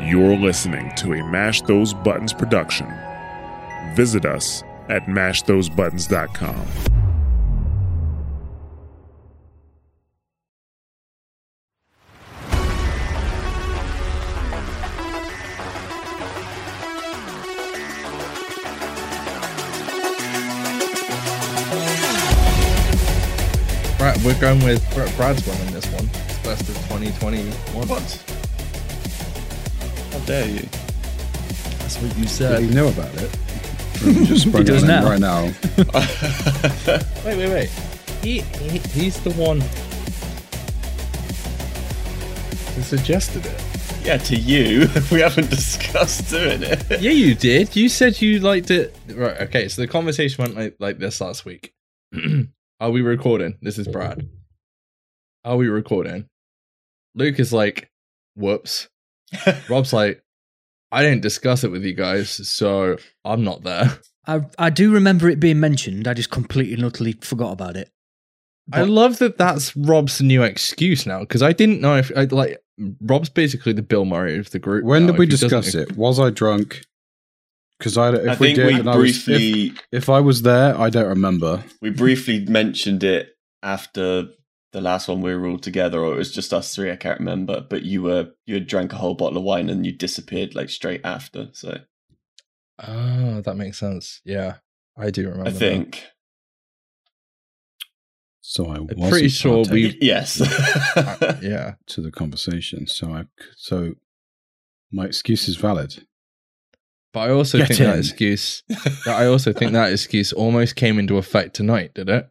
You're listening to a Mash Those Buttons production. Visit us at mashthosebuttons.com. Bra- We're going with Bra- Brad's one in this one. It's best of 2021. What? How dare you? That's what you Did said. he know about it? He just sprung does on him now. right now. Wait, wait, wait. He, he he's the one who suggested it. Yeah, to you. We haven't discussed doing it. Yeah, you did. You said you liked it. Right. Okay. So the conversation went like, like this last week. Are we recording? This is Brad. Are we recording? Luke is like, whoops. Rob's like, I didn't discuss it with you guys, so I'm not there. I I do remember it being mentioned. I just completely and utterly forgot about it. I love that that's Rob's new excuse now because I didn't know if I like Rob's basically the Bill Murray of the group. When now, did we if he doesn't- discuss it? Was I drunk? Because I, don't- I if we think did, we and I was, if, briefly if I was there, I don't remember. we briefly mentioned it after the last one we were all together, or it was just us three. I can't remember. But you were you had drank a whole bottle of wine and you disappeared like straight after. So Oh, that makes sense. Yeah, I do remember. I that. think So I was pretty sure we- Y- yes. I- yeah, to the conversation. So I c- so my excuse is valid. but I also Get think that in. excuse. that I also think that excuse almost came into effect tonight, did it?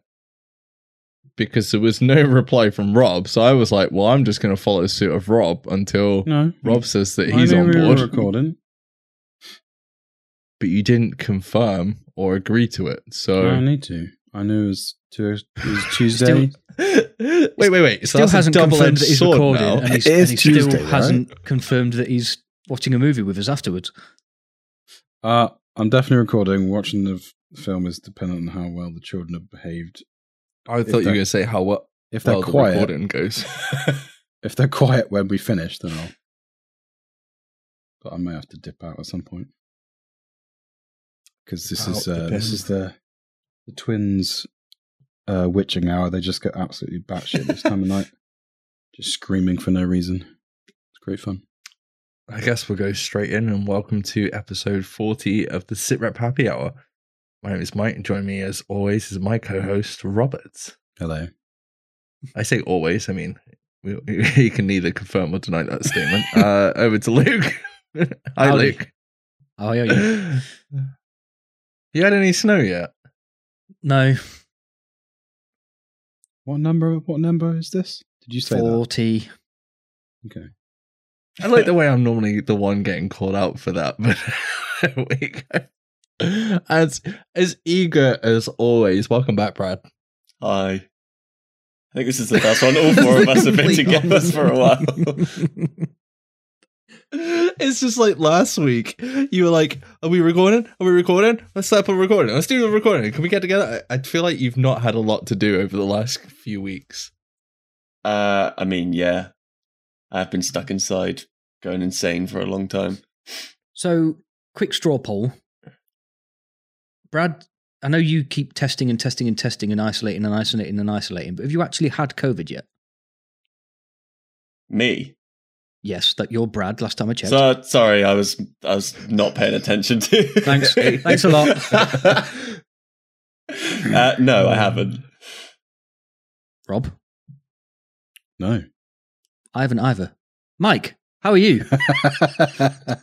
Because there was no reply from Rob, so I was like, "Well, I'm just going to follow suit of Rob until No, Rob says that I he's knew on we were board." recording. But you didn't confirm or agree to it, so. I don't need to. I knew it was, to, it was Tuesday. wait, wait, wait. So Still that's hasn't a double-edged confirmed that he's sword recording, now. and, he's, It is and he still Tuesday, right? hasn't confirmed that he's watching a movie with us afterwards. Uh, I'm definitely recording. Watching the f- film is dependent on how well the children have behaved. I thought you were going to say how well, If they're well the quiet, recording goes. if they're quiet when we finish, then I'll. But I may have to dip out at some point because this is Out the uh, this bin. is the the twins' uh, witching hour. They just get absolutely batshit this time of night, just screaming for no reason. It's great fun. I guess we'll go straight in and welcome to episode 40 of the Sit Rep Happy Hour. My name is Mike, and join me as always is my co host, Robert. Hello. I say always, I mean, we, you can neither confirm or deny that statement. uh, over to Luke. Hi, Howdy. Luke. Oh yeah, yeah. you had any snow yet? no, What number? What number is this? Did you say forty. that? Okay. I like the way I'm normally the one getting called out for that, but there we go. As as eager as always. Welcome back, Brad. Hi. I think this is the first one. All four of us have been Complete together for a while. It's just like last week. You were like, "Are we recording? Are we recording? Let's set up a recording. Let's do the recording. Can we get together?" I, I feel like you've not had a lot to do over the last few weeks. Uh, I mean, yeah, I've been stuck inside, going insane for a long time. so, quick straw poll. Brad, I know you keep testing and testing and testing and isolating and isolating and isolating, but have you actually had COVID yet? Me. Yes, that you're Brad. Last time I checked. So sorry, I was I was not paying attention to. Thanks. Thanks a lot. uh, no, I haven't. Rob, No. I haven't either. Mike, how are you?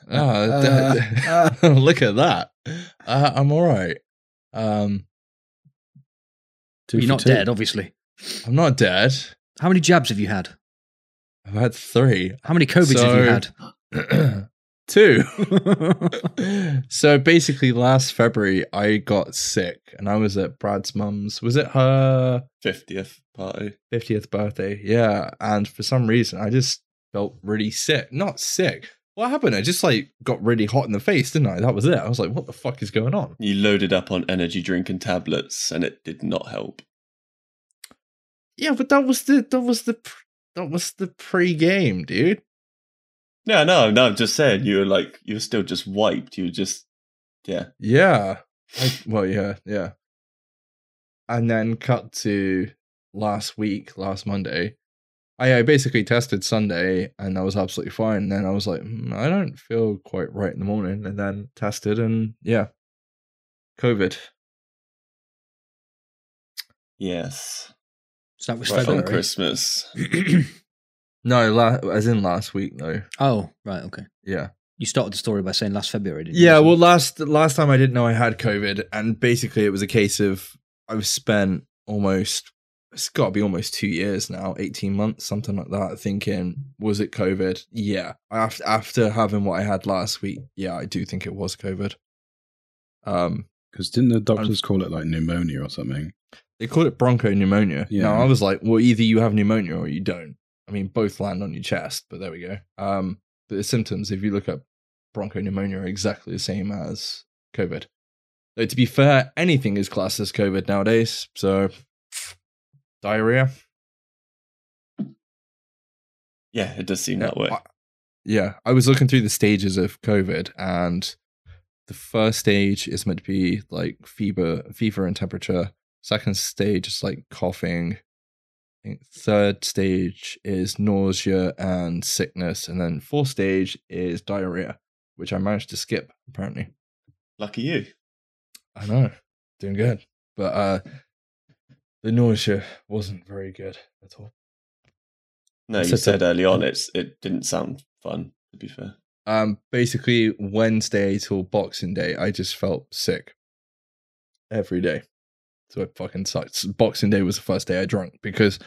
Ah, d- d- look at that. Uh, I'm all right. Um, Two for You're not two. dead, obviously. I'm not dead. How many jabs have you had? I've had three. How many COVIDs have you So- had? Two. so basically, last February, I got sick and I was at Brad's mum's. Was it her Fiftieth party. 50th birthday? Yeah. And for some reason, I just felt really sick. Not sick. What happened? I just like got really hot in the face, didn't I? That was it. I was like, what the fuck is going on? You loaded up on energy drink and tablets, and it did not help. Yeah, but that was the that was the pr- that was the pre-game, dude. No, no, no. I'm just saying you were like you were still just wiped. You were just yeah. Yeah. I, well, yeah, yeah. And then cut to last week, last Monday. I, I basically tested Sunday and I was absolutely fine. then I was like, "Hmm, I don't feel quite right in the morning. And then tested and yeah, COVID. Yes. So that was Right on February. Christmas. No, la- as in last week, though. Oh, right, okay. Yeah. You started the story by saying last February, didn't Yeah, you? well, last last time I didn't know I had COVID, and basically it was a case of I've spent almost it's got to be almost two years now, eighteen months, something like that. Thinking was it COVID? Yeah, after after having what I had last week, yeah, I do think it was COVID. Um, Because didn't the doctors call it like pneumonia or something? they called it bronchopneumonia. Yeah. Now I was like, well, either you have pneumonia or you don't. I mean, both land on your chest, but there we go. Um, but the symptoms, if you look up bronchopneumonia, are exactly the same as COVID. Though to be fair, anything is classed as COVID nowadays. So diarrhea, Yeah, it does seem that way. I- yeah, I was looking through the stages of COVID, and the first stage is meant to be like fever, fever and temperature. Second stage is like coughing. I think Third stage is nausea and sickness, and then fourth stage is diarrhea, which I managed to skip apparently. Lucky you. I know, doing good, but uh, the nausea wasn't very good at all. No, I you said said that- early on it's it didn't sound fun, to be fair. um basically Wednesday till Boxing Day, I just felt sick every day. So it fucking sucked. Boxing Day was the first day I drank because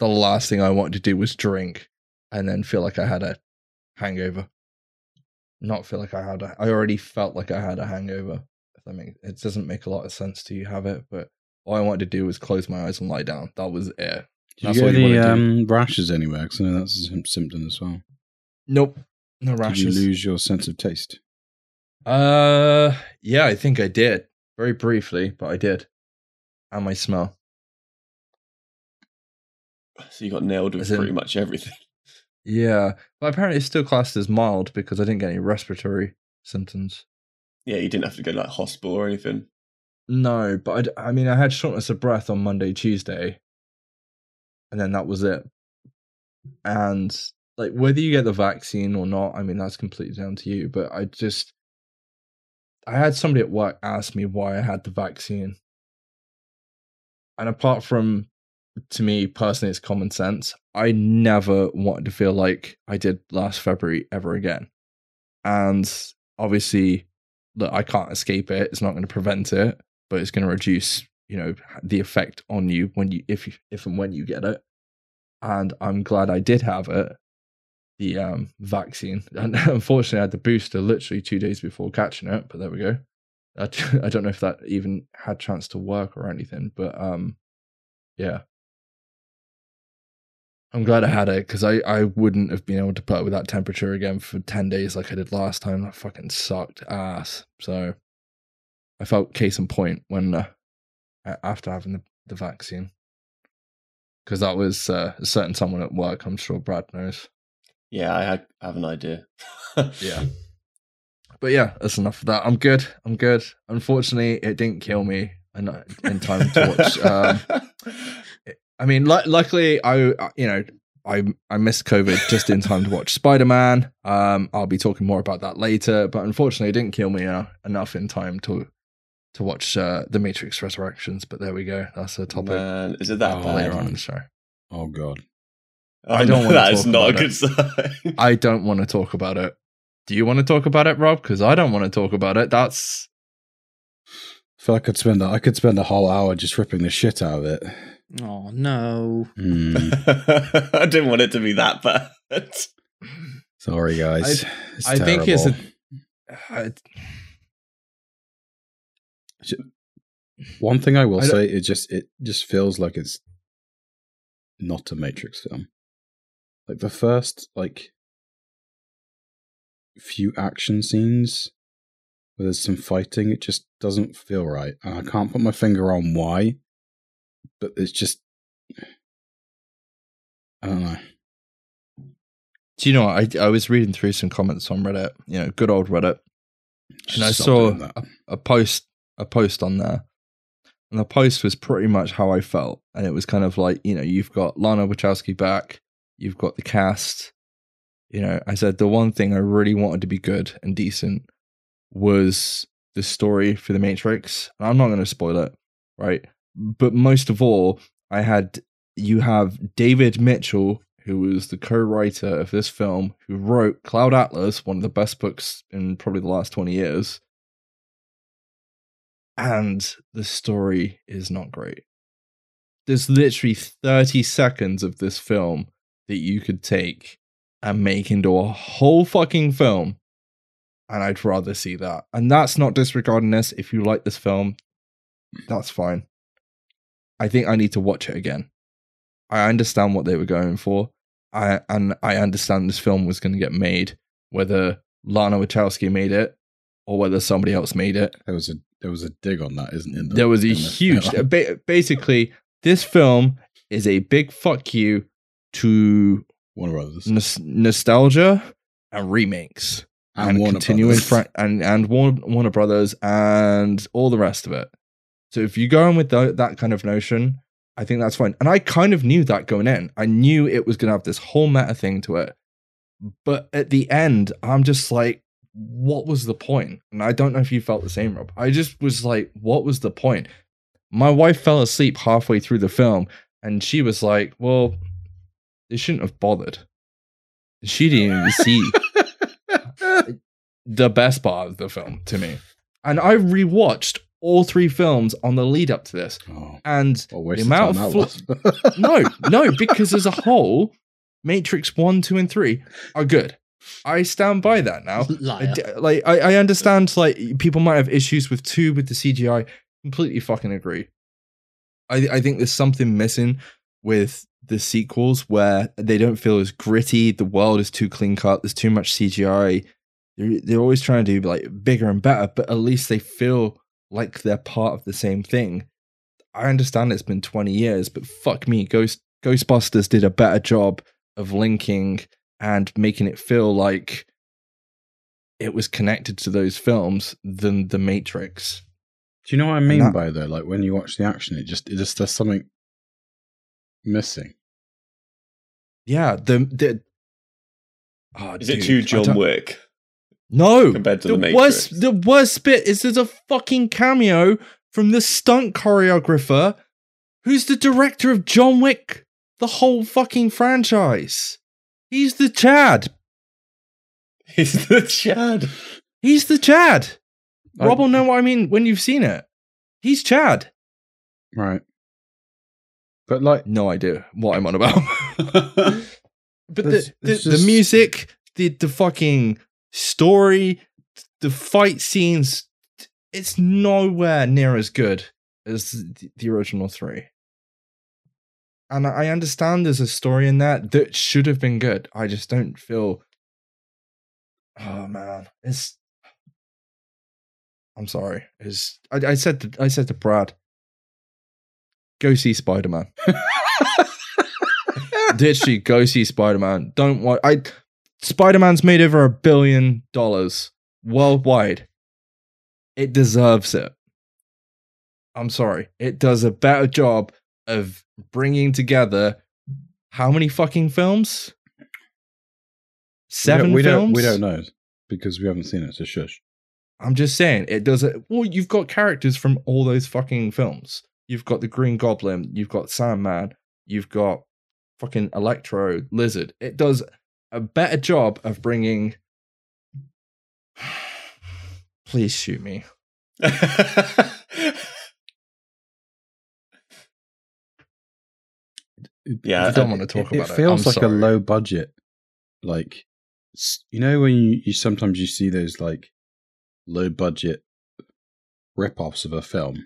the last thing I wanted to do was drink and then feel like I had a hangover. Not feel like I had a I already felt like I had a hangover. If that makes it doesn't make a lot of sense to you have it, but all I wanted to do was close my eyes and lie down. That was it. Did That's you what get you any wanna um, rashes anywhere? Because I know that's a sym- symptom as well. Nope. No Did rashes. you lose your sense of taste? Uh, yeah, I think I did very briefly, but I did, and my smell. So you got nailed with As in- pretty much everything. Yeah, but apparently it's still classed as mild because I didn't get any respiratory symptoms. Yeah, you didn't have to go like hospital or anything. No, but I'd, I mean, I had shortness of breath on Monday, Tuesday, and then that was it. And like, whether you get the vaccine or not, I mean, that's completely down to you. But I just, I had somebody at work ask me why I had the vaccine. And apart from, to me personally, it's common sense. I never wanted to feel like I did last February ever again. And obviously, look, I can't escape it. It's not going to prevent it, but it's going to reduce, you know, the effect on you when you if you, if and when you get it. And I'm glad I did have it, the um, vaccine. And unfortunately, I had the booster literally two days before catching it. But there we go. I, d- I don't know if that even had chance to work or anything, but um, yeah. I'm glad I had it because I, I wouldn't have been able to put up with that temperature again for 10 days like I did last time. That fucking sucked ass. So I felt case in point when uh, a- after having the, the vaccine because that was uh, a certain someone at work. I'm sure Brad knows. Yeah, I, had, I have an idea. Yeah. But yeah, that's enough of that. I'm good. I'm good. Unfortunately, it didn't kill me in, uh, in time to watch. Um, I mean, lu luckily, I uh, you know I I missed COVID just in time to watch Spider Man. Um, I'll be talking more about that later, but unfortunately, it didn't kill me uh, enough in time to to watch uh, the Matrix Resurrections. But there we go. That's a topic Man, is it that Oh, bad? later on in the show. Oh god. Oh, I don't no, wanna That is talk not a about good it. sign. I don't want to talk about it. Do you want to talk about it, Rob? Because I don't want to talk about it. That's I feel I could spend a, I could spend a whole hour just ripping the shit out of it. you? Oh, no. Hmm. I didn't want it to be that bad. Sorry guys. It's I think it's terrible. I, one thing I will I don't- say. It just it just feels like it's not a Matrix film. Like the first like few action scenes where there's some fighting, it just doesn't feel right, and I can't put my finger on why. But it's just I don't know. Do you know what? I, I was reading through some comments on Reddit, you know, good old Reddit, and I Stop saw doing that. a, a post a post on there. And the post was pretty much how I felt. And it was kind of like, you know, you've got Lana Wachowski back, you've got the cast. You know, I said the one thing I really wanted to be good and decent was the story for the Matrix. And I'm not gonna spoil it, right? But most of all, I had you have David Mitchell, who was the co-writer of this film, who wrote Cloud Atlas, one of the best books in probably the last 20 years and the story is not great. There's literally 30 seconds of this film that you could take and make into a whole fucking film. And I'd rather see that. And that's not disregarding this. If you like this film, that's fine. I think I need to watch it again. I understand what they were going for. I and I understand this film was going to get made, whether Lana Wachowski made it or whether somebody else made it There was a there was a dig on that, isn't it? there was a huge ba- basically this film is a big fuck you to Warner Brothers nos- nostalgia and remakes and, Warner continuing Brothers. fra- and and War- Warner Brothers and all the rest of it. So if you go in with tho- that kind of notion, I think that's fine. And I kind of knew that going in. I knew it was going to have this whole meta thing to it. But at the end, I'm just like, what was the point? And I don't know if you felt the same, Rob. I just was like, what was the point? My wife fell asleep halfway through the film, and she was like, well, they shouldn't have bothered. She didn't even see the best part of the film to me. And I rewatched all three films on the lead up to this. Oh, And what a waste The of amount time of that was. no, no, because as a whole, Matrix 1, 2, and 3 are good. I stand by that now. I Liar. d- like I, I understand like people might have issues with two with the CGI. Completely fucking agree. I I think there's something missing with the sequels where they don't feel as gritty. The world is too clean cut. There's too much CGI. They're, they're always trying to do like bigger and better, but at least they feel like they're part of the same thing. I understand it's been 20 years, but fuck me, Ghost Ghostbusters did a better job of linking and making it feel like it was connected to those films than The Matrix. Do you know what I mean that- by though? Like when you watch the action, it just it just there's something missing. Yeah, the the. Oh, Is dude, it too I John don't- Wick? No, compared to the, The Matrix? worst the worst bit is there's a fucking cameo from the stunt choreographer, who's the director of John Wick, the whole fucking franchise. He's the Chad. He's the Chad. He's the Chad. I- Rob will know what I mean when you've seen it. He's Chad. Right. But like No idea what I'm on about. but That's- the, the, that's the just- music, the the fucking story, the fight scenes, it's nowhere near as good as the, the original three. And I I understand there's a story in that that should have been good. I just don't feel. Oh man, it's. I'm sorry. It's I, I said to, I said to Brad, go see Spider Man literally go see spider-man don't watch i spider-man's made over a billion dollars worldwide it deserves it i'm sorry it does a better job of bringing together how many fucking films we don't- seven we films don't we don't know because we haven't seen it, so shush. I'm just saying it does it. Well, you've got characters from all those fucking films. You've got the Green Goblin. You've got Sandman. You've got fucking Electro Lizard. It does a better job of bringing. Please shoot me. Yeah, I don't want to talk it, about it. It feels I'm like a sorry. low budget. Like s- you know when you, you sometimes you see those like low budget rip-offs of a film.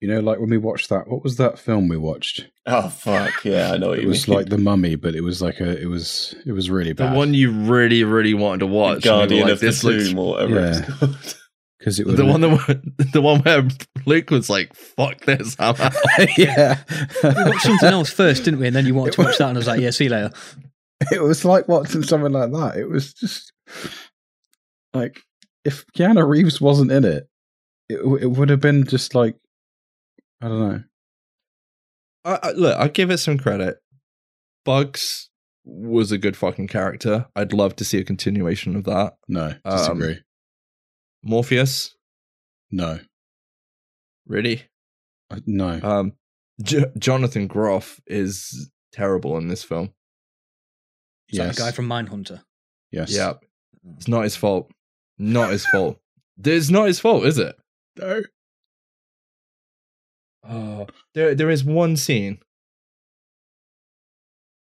You know, like when we watched that, what was that film we watched? oh fuck! Yeah, I know what It you was mean. like The Mummy, but it was like a, it was, it was really The bad. one you really, really wanted to watch. and you were Guardian like, of the this looks- Tomb, or whatever it's Yeah. called. because it was The one that the one where Luke was like, "Fuck this, I'm out." yeah. We watched something else first, didn't we? And then you wanted to watch that, and I was like, yeah, see you later. It was like watching something like that. It was just like if Keanu Reeves wasn't in it, it w- it would have been just like I don't know. I, I, look, I'll give it some credit. Bugs was a good fucking character. I'd love to see a continuation of that. No, Um, disagree. Morpheus, no, really? I, no. Um, J- Jonathan Groff is terrible in this film. Is that yes, the guy from Mindhunter? yes. Yeah, it's not his fault. Not his fault. It's not his fault, is it? No. Oh, there there is one scene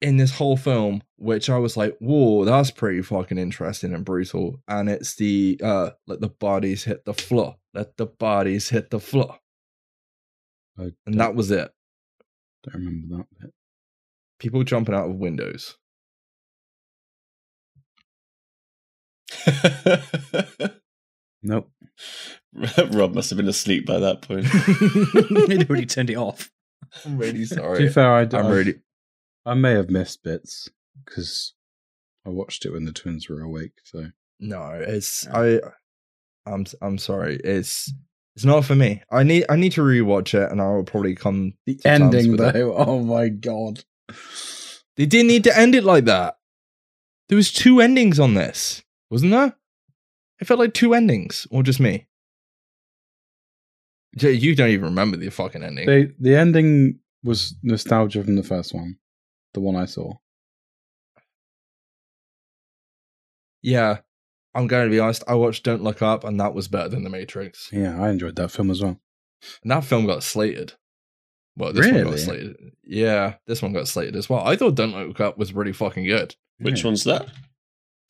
in this whole film which I was like, "Whoa, that's pretty fucking interesting and brutal." And it's the uh, let the bodies hit the floor, let the bodies hit the floor, I and that was it. don't remember that bit. People jumping out of windows. Nope. Rob must have been asleep by that point. They'd already turned it off. I'm really Oh, To be sorry. fair, I, d- I'm I- really I may have missed bits because I watched it when the twins were awake. So no. It's I. I'm I'm sorry. It's it's not for me. I need I need to rewatch it, and I will probably come. the terms ending, with it. though. Oh my god. They didn't need to end it like that. There was two endings on this, wasn't there? It felt like two endings, or just me. J- You don't even remember the fucking ending. They, the ending was nostalgia from the first one, the one I saw. yeah, I'm going to be honest. I watched Don't Look Up, and that was better than The Matrix. Yeah, I enjoyed that film as well. And that film got slated. Well, this one got Really? slated. Yeah, this one got slated as well. I thought Don't Look Up was really fucking good. Which Yeah. one's that?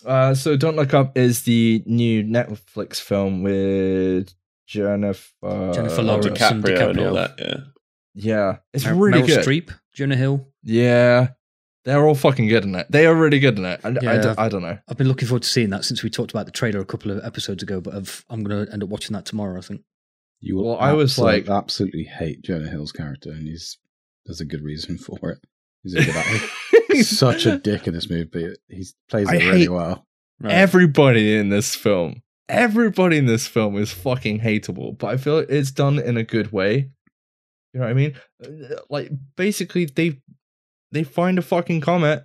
Uh, so Don't Look Up is the new Netflix film with Jennifer Jennifer Oh, Lawrence DiCaprio, and and DiCaprio. all that. Yeah. Yeah, it's Mer- really Meryl good. Streep, Jonah Hill. Yeah, they're all fucking good in it. They are really good in it. I, I, d- Yeah. I don't know. I've been looking forward to seeing that since we talked about the trailer a couple of episodes ago, but I've, I'm going to end up watching that tomorrow, I think. You will Well, I was absol- like- absolutely hate Jonah Hill's character, and he's there's a good reason for it. He's a good actor. He's such a dick in this movie, but he plays I it really hate- well. Everybody in this film, everybody in this film is fucking hateable, but I feel it's done in a good way. You know what I mean? Uh, Like basically, they they find a fucking comet,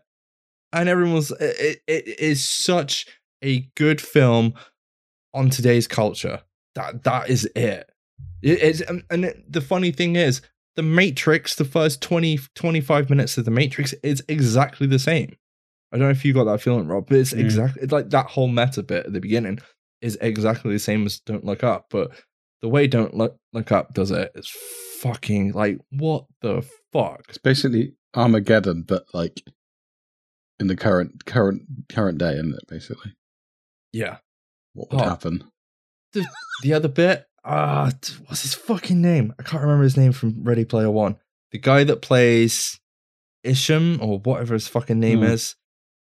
and everyone's it, it, it is such a good film on today's culture. That that is it. It- it's and, and it- the funny thing is, the Matrix, the first 20, 25 minutes of the Matrix is exactly the same. I don't know if you got that feeling, Rob, but it's Yeah. exactly it's like that whole meta bit at the beginning is exactly the same as Don't Look Up, but the way Don't Look Look Up does it is fucking like what the fuck. It's basically Armageddon, but like in the current current current day, isn't it? Basically, Yeah. what would Oh. happen? the other bit, ah, t- what's his fucking name? I can't remember his name from Ready Player One. The guy that plays Isham or whatever his fucking name Hmm. is,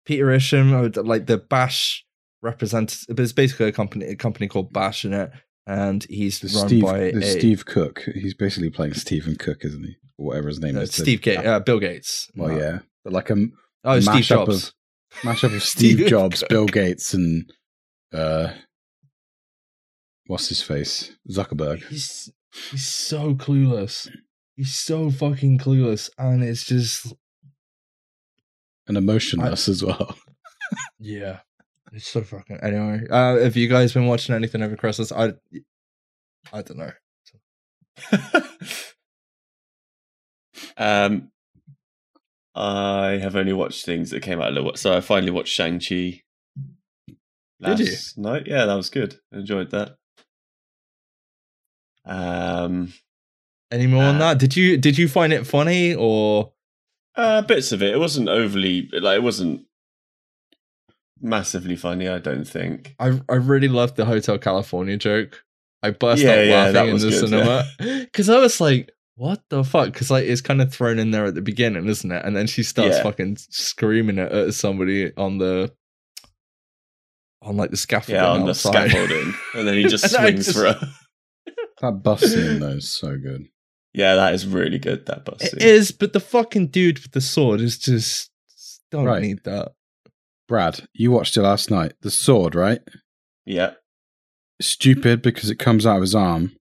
Peter Isham, or the- like the Bash representative. It's basically a company, a company called Bash in it, and he's The run Steve, by the a, Steve Cook. He's basically playing Stephen Cook, isn't he? Or whatever his name no, is. the- Steve Gates, uh, Bill Gates. Well, No. Oh, yeah, but like a Oh, Steve Mashup of- Jobs. mashup of Steve Steve, Jobs, Cook. Bill Gates, and uh, what's his face? Zuckerberg. He's he's so clueless. He's so fucking clueless, and it's just and emotionless as well. Yeah. It's so fucking anyway. Uh have you guys been watching anything over Christmas? I I don't know. um, I have only watched things that came out a little. wh- So I finally watched Shang Chi. Did you? Last night, yeah, that was good. I enjoyed that. Um, Any more on that? Did you did you find it funny or uh, bits of it. It wasn't overly like it wasn't massively funny. I don't think. I I really loved the Hotel California joke. I burst Yeah, out yeah, laughing that in was the good, cinema. Cause I was like, what the fuck? Because like it's kind of thrown in there at the beginning, isn't it? And then she starts Yeah. fucking screaming at, at somebody on the on like the scaffolding Yeah, on the outside. scaffolding, and then he just And I swings just- for a. That bus scene though is so good. Yeah, that is really good. That bus. It scene. is, but the fucking dude with the sword is just don't Right. need that. Brad, you watched it last night. The sword, right? Yeah. Stupid because it comes out of his arm,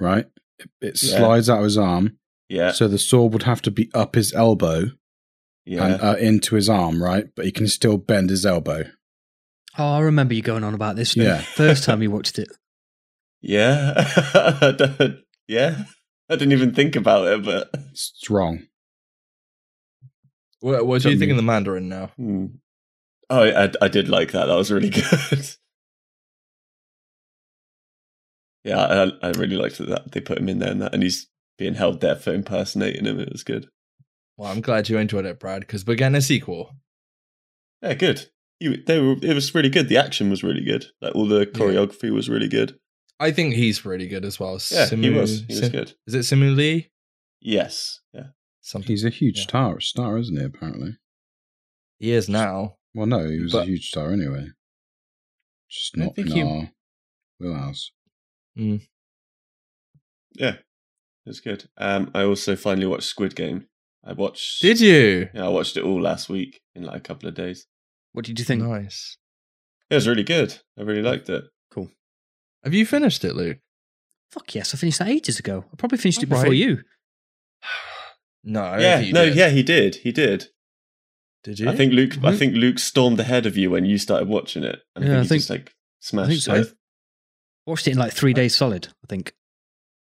right? It, it Yeah. slides out of his arm, Yeah. so the sword would have to be up his elbow Yeah. and uh, into his arm, right? But he can still bend his elbow. Oh, I remember you going on about this. the Yeah. First time you watched it. yeah. I don't- yeah. I didn't even think about it, but It's wrong. What, what do you Something- think of the Mandarin now? hmm. oh, I, I did like that. That was really good. yeah, I, I really liked that they put him in there and that, and he's being held there for impersonating him. It was good. Well, I'm glad you enjoyed it, Brad, because we're getting a sequel. Yeah, good. You, they were. It was really good. The action was really good. Like all the choreography was really good. I think he's really good as well. Yeah, he Simu- was. He was Sim- good. Is it Simu Lee? Yes. Yeah. Something. He's a huge Yeah. star, star, isn't he? Apparently. He is now. Well, no, he was a But- huge star anyway. Just I not think in he- our wheelhouse. Yeah. It was good. Um, I also finally watched Squid Game. I watched. Did you? Yeah, I watched it all last week in like a couple of days. What did you think? Nice. It was really good. I really liked it. Have you finished it, Luke? Fuck yes, I finished that ages ago. I probably finished it before Alright. you. No. I don't yeah. think you No. did. Yeah, he did. He did. Did you? I think Luke. I Who- think Luke stormed ahead of you when you started watching it. And Yeah, I think I he think- just like smashed so. it. Watched it in like three days solid, I think.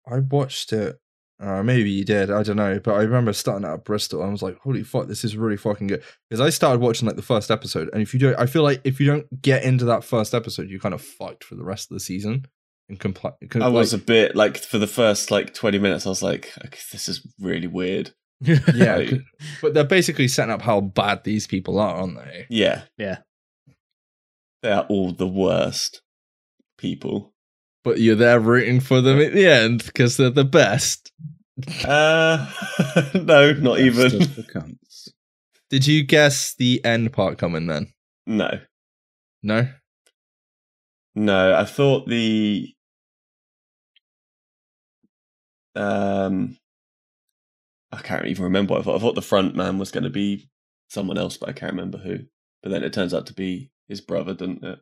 I watched it. Uh, maybe you did. I don't know. But I remember starting out at Bristol and I was like, holy fuck, this is really fucking good. Because I started watching like the first episode. And if you don't, I feel like if you don't get into that first episode, you kind of fucked for the rest of the season. And compli- I was a like, bit like for the first like twenty minutes. I was like, okay, this is really weird. Yeah. Like, But they're basically setting up how bad these people are, aren't they? yeah. Yeah. They are all the worst people. But you're there rooting for them at the end because they're the best. Uh, no, not That's even. just the cunts. Did you guess the end part coming then? No, No? no. I thought the um, I can't even remember what I thought. I thought the front man was going to be someone else, but I can't remember who. But then it turns out to be his brother, didn't it?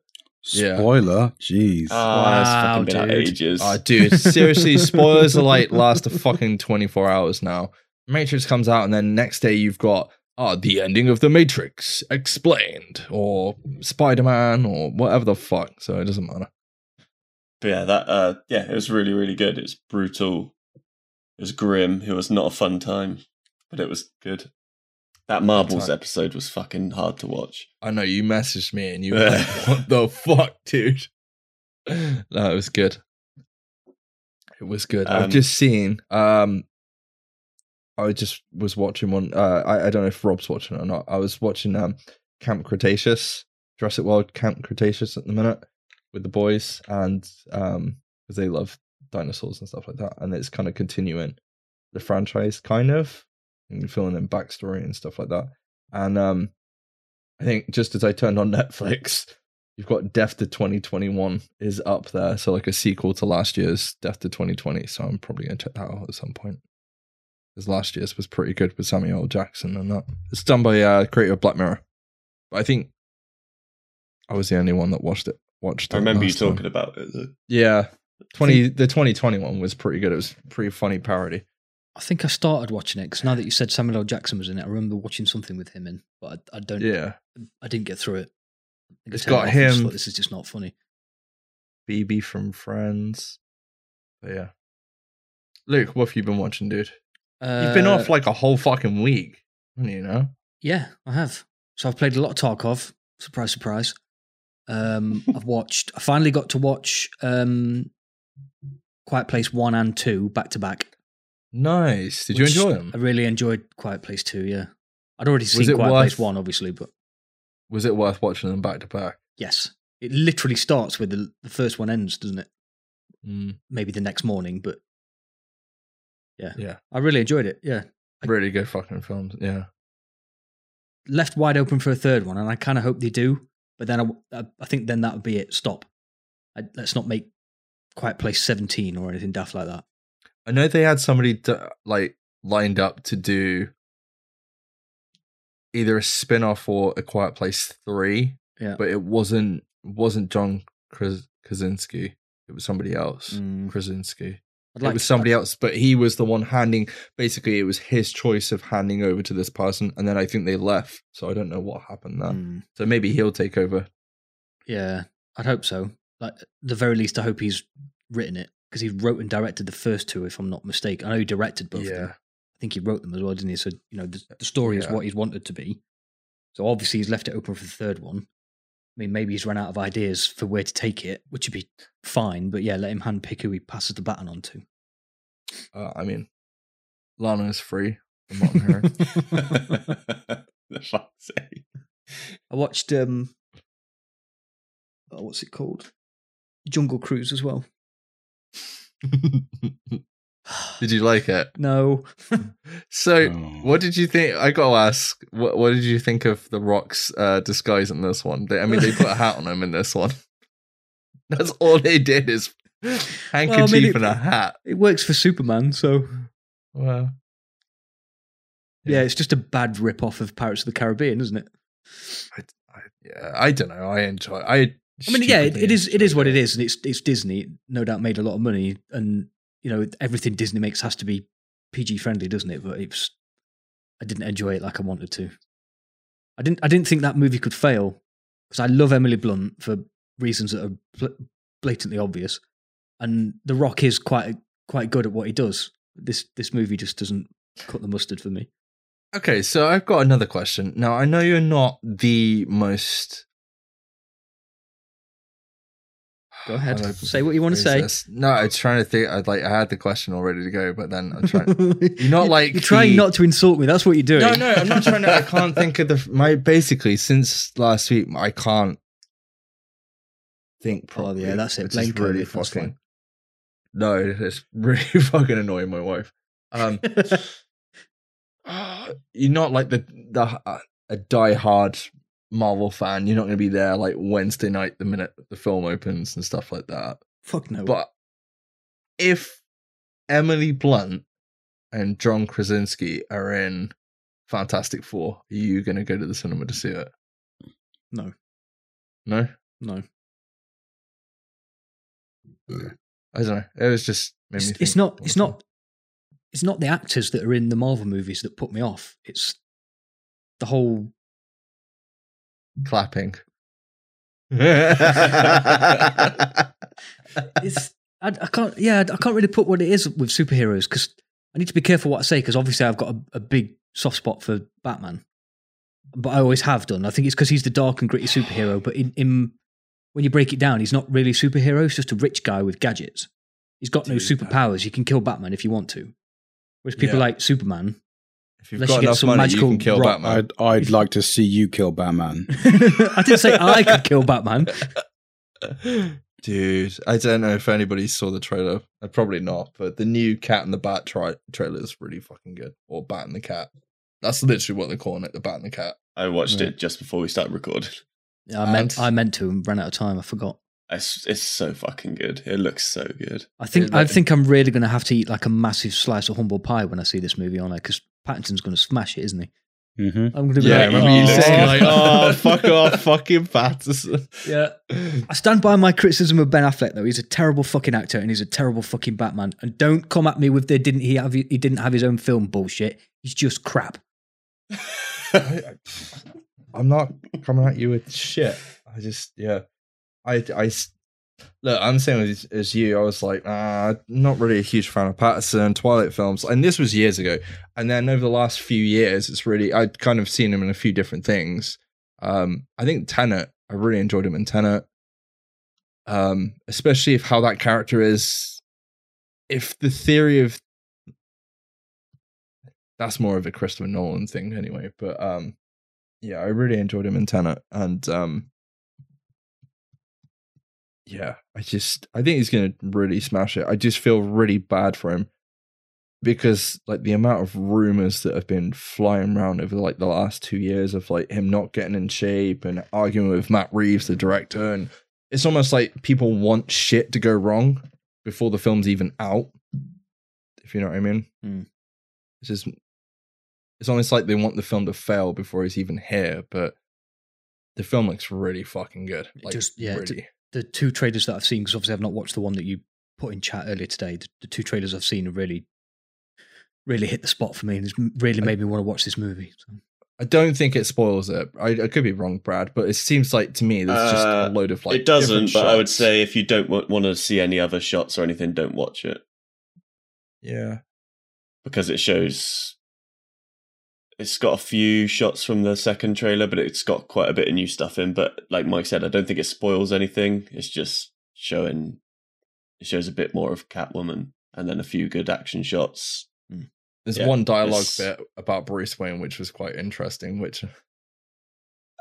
Yeah. Spoiler, jeez. Uh, Ah, it's Wow, fucking been out dude. ages. Oh, dude, seriously, spoilers are like last a fucking 24 hours now. Matrix comes out, and then next day you've got, oh, the ending of The Matrix explained, or Spider Man, or whatever the fuck. So it doesn't matter. But yeah, that uh yeah, it was really, really good. It was brutal. It was grim. It was not a fun time. But it was good. That Marbles time. episode was fucking hard to watch. I know you messaged me and you were like, what the fuck, dude? No, it was good. It was good. Um, I've just seen um I just was watching one uh I, I don't know if Rob's watching it or not. I was watching um Camp Cretaceous, Jurassic World Camp Cretaceous at the minute with the boys and um because they love dinosaurs and stuff like that, and it's kind of continuing the franchise kind of and filling in backstory and stuff like that. And um I think just as I turned on Netflix, you've got Death to 2021 is up there. So like a sequel to last year's Death to 2020. So I'm probably gonna check that out at some point. Because last year's was pretty good with Samuel L. Jackson and that. It's done by uh creator of Black Mirror. But I think I was the only one that watched it. Watched I it remember you last time. talking about it. though. Yeah. 20 the 2020 one was pretty good. It was a pretty funny parody. I think I started watching it because now that you said Samuel L. Jackson was in it, I remember watching something with him in, but I, I don't. Yeah. I didn't get through it. I think I It's turned got it off and just him- thought, This is just not funny. BB from Friends. But yeah. Luke, what have you been watching, dude? You've been off Uh, like a whole fucking week. You know? yeah, I have. So I've played a lot of Tarkov. Surprise, surprise. Um, I've watched. I finally got to watch um, Quiet Place One and Two back to back. Nice. Did you which enjoy them? I really enjoyed Quiet Place Two. Yeah, I'd already seen it Quiet Place worth- One, obviously, but Was it worth watching them back to back? yes, it literally starts with the, the first one ends, doesn't it? Mm, Maybe the next morning, but Yeah. I really enjoyed it. Yeah, I- Really good fucking films. Yeah. left wide open for a third one, and I kind of hope they do. But then I, I, I think then that would be it. Stop. I, let's not make Quiet Place seventeen or anything daft like that. I know they had somebody d like lined up to do either a spin off or a Quiet Place three, Yeah. but it wasn't wasn't John Kras- Krasinski. It was somebody else. Mm. Krasinski. I'd it was to- somebody else, but he was the one handing. Basically, it was his choice of handing over to this person, and then I think they left. So I don't know what happened there. Mm. So maybe he'll take over. Yeah, I'd hope so. Like at the very least, I hope he's written it because he wrote and directed the first two, if I'm not mistaken. I know he directed both. Of them. I think he wrote them as well, didn't he? So you know, the, the story is Yeah. what he's wanted to be. So obviously, he's left it open for the third one. I mean, maybe he's run out of ideas for where to take it, which would be fine. But yeah, let him handpick who he passes the baton on to. Uh, I mean, Lana is free. from Martin Herron. For fuck's sake. I watched um, oh, what's it called? Jungle Cruise as well. did you like it? No, So, Oh. what did you think? I gotta ask, what what did you think of the Rock's uh, disguise in this one? They, I mean, they put a hat on him in this one. That's all they did is handkerchief it- and a hat. it works for Superman, so Wow. Yeah, Yeah. it's just a bad rip off of Pirates of the Caribbean, isn't it? I, yeah, I don't know. I enjoy. I. I mean, yeah, it, stupidly it is. It is enjoyed what it is, and it's it's Disney. It No doubt made a lot of money, and you know everything Disney makes has to be PG friendly, doesn't it? But it's I didn't enjoy it like I wanted to. I didn't. I didn't think that movie could fail because I love Emily Blunt for reasons that are bl- blatantly obvious, and The Rock is quite quite good at what he does. This this movie just doesn't cut the mustard for me. Okay, so I've got another question. Now, I know you're not the most. Go ahead. How do I Say what you wanna phrase say. this? No, I was trying to think. I like. I had the question all ready to go, but then I'm trying. You're not like You're trying the- not to insult me. That's what you're doing. No, no, I'm not trying to. I can't think of the my. Basically, since last week, I can't think properly. Oh, yeah, that's it. which Blame is really COVID, that's fucking. fine. No, it's really fucking annoying my wife. Um, you're not like the the uh, a diehard Marvel fan. You're not going to be there like Wednesday night the minute the film opens and stuff like that. Fuck no. But if Emily Blunt and John Krasinski are in Fantastic Four, are you going to go to the cinema to see it? No. No? no. I don't know. It was just. Made It's, me it's think not. all It's the time. not. It's not the actors that are in the Marvel movies that put me off. It's the whole. clapping. It's. I, I can't. Yeah, I can't really put what it is with superheroes because I need to be careful what I say because obviously I've got a, a big soft spot for Batman, but I always have done. I think it's because he's the dark and gritty superhero. But in, in when you break it down, he's not really a superhero. He's just a rich guy with gadgets. He's got no Dude, that- superpowers. You can kill Batman if you want to. Whereas people Yeah. like Superman, if you've Unless got you get enough some money, you magical can kill rock- Batman. I'd, I'd like to see you kill Batman. I didn't say I could kill Batman. Dude, I don't know if anybody saw the trailer. Uh, Probably not, but the new Cat and the Bat tri- trailer is really fucking good. Or Bat and the Cat. That's literally what they're calling it, the Bat and the Cat. I watched Right. it just before we started recording. Yeah, I meant And- I meant to and ran out of time. I forgot. It's, it's so fucking good. It looks so good. I think Is I that- think I'm really going to have to eat like a massive slice of humble pie when I see this movie on it because Pattinson's going to smash it, isn't he? Mm-hmm. I'm going to be Yeah, like, I remember you "Oh." saying, like, "Oh, fuck off, fucking Patterson. yeah. I stand by my criticism of Ben Affleck though. He's a terrible fucking actor and he's a terrible fucking Batman. And don't come at me with they didn't he have he didn't have his own film bullshit. He's just crap. I'm not coming at you with shit. I just, yeah. I, I, s- look, I'm the same as, as you. I was like, ah, not really a huge fan of Patterson, Twilight films. And this was years ago. And then over the last few years, it's really, I'd kind of seen him in a few different things. Um, I think Tenet, I really enjoyed him in Tenet. Um, especially if how that character is, if the theory of that's more of a Christopher Nolan thing anyway. But um yeah, I really enjoyed him in Tenet and um yeah, I just I think he's gonna really smash it. I just feel really bad for him because like the amount of rumors that have been flying around over like the last two years of like him not getting in shape and arguing with Matt Reeves, the director, and it's almost like people want shit to go wrong before Mm. the film's even out. If you know what I mean. Hmm. It's just it's almost like they want the film to fail before he's even here. But the film looks really fucking good. It Like, does- yeah, it really. the two trailers that I've seen, because obviously I've not watched the one that you put in chat earlier today. The, the two trailers I've seen have really, really hit the spot for me, and it's m- really made me want to watch this movie. So, I don't think it spoils it. I, I could be wrong, Brad, but it seems like to me there's just Uh, a load of like. it doesn't, different but I would shots. say if you don't want to see any other shots or anything, don't watch it yeah, because it shows. It's got a few shots from the second trailer, but it's got quite a bit of new stuff in. But like Mike said, I don't think it spoils anything. It's just showing. It shows a bit more of Catwoman and then a few good action shots. there's Yeah, one dialogue it's- bit about Bruce Wayne which was quite interesting. Which Uh,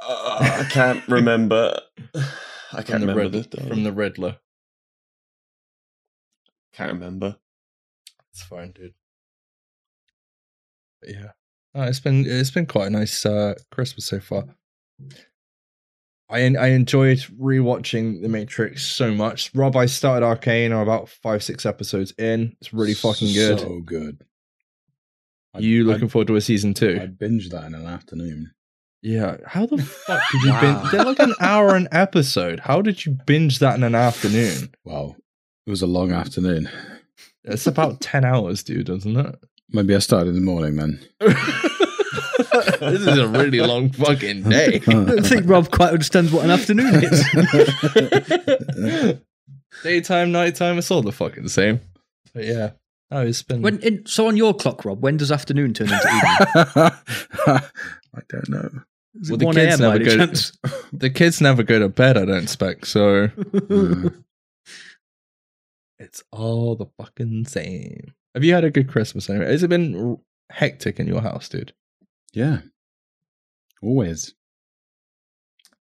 I can't remember. I from can't the, remember Riddler, the from the Riddler. Can't remember. It's fine, dude. But yeah, No, it's been it's been quite a nice uh, Christmas so far. I en- I enjoyed rewatching The Matrix so much. Rob, I started Arcane. I'm about five six episodes in. It's really fucking good. So good. I- you I- looking forward to a season two? I binged that in an afternoon. yeah. How the fuck did you Wow. binge? They're like an hour an episode. How did you binge that in an afternoon? Well, it was a long afternoon. It's about ten hours, dude, isn't it? Maybe I started in the morning then. this is a really long fucking day. I don't think Rob quite understands what an afternoon is. Daytime, nighttime, it's all the fucking same. But yeah. No, it's been when in, so on your clock, Rob, when does afternoon turn into evening? I don't know. Is it Well, the 1 kids a.m. never by any go to- chance? the kids never go to bed, I don't expect, so Mm. it's all the fucking same. Have you had a good Christmas anyway? Has it been r- hectic in your house, dude? Yeah. Always.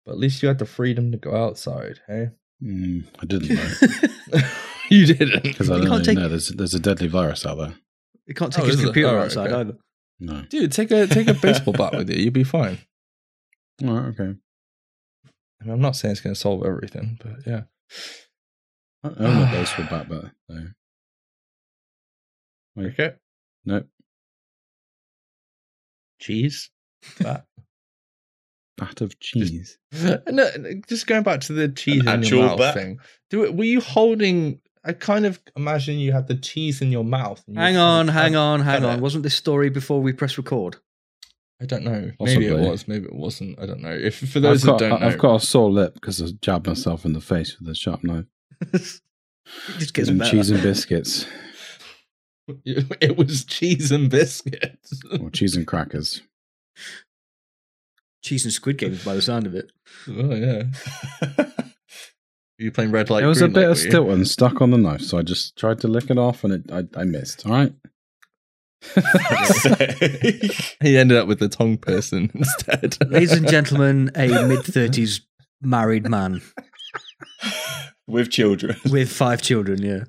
But at least you had the freedom to go outside, hey? Mm, I didn't know. you didn't. Because I You don't can't even take- know there's, there's a deadly virus out there. You can't Oh, take his is it? computer Alright, outside okay. either. No. Dude, take a take a baseball bat with you. You'll be fine. All right, okay. I mean, I'm not saying it's gonna solve everything, but yeah. I own a baseball bat, but no. Wait, Cricket. no. cheese. That. Bat of cheese. no, no, just going back to the cheese An in actual your mouth bat? thing. Do it, were you holding? I kind of imagine you had the cheese in your mouth. and you Hang were on, kind of- hang on, hang had on. it. Wasn't this story before we press record? I don't know. Maybe Possibly. it was. Maybe it wasn't. I don't know. If for those I've got, that don't know, I've got a sore lip because I jabbed myself in the face with a sharp knife. It just gets and better. cheese and biscuits. it was cheese and biscuits. or cheese and crackers. Cheese and Squid Games by the sound of it. oh yeah. you playing red light? there was a green light, bit of were you? Stilton stuck on the knife, so I just tried to lick it off and it, I, I missed. All right. He ended up with the tongue person instead. Ladies and gentlemen, a mid 30s married man With children. with five children, yeah.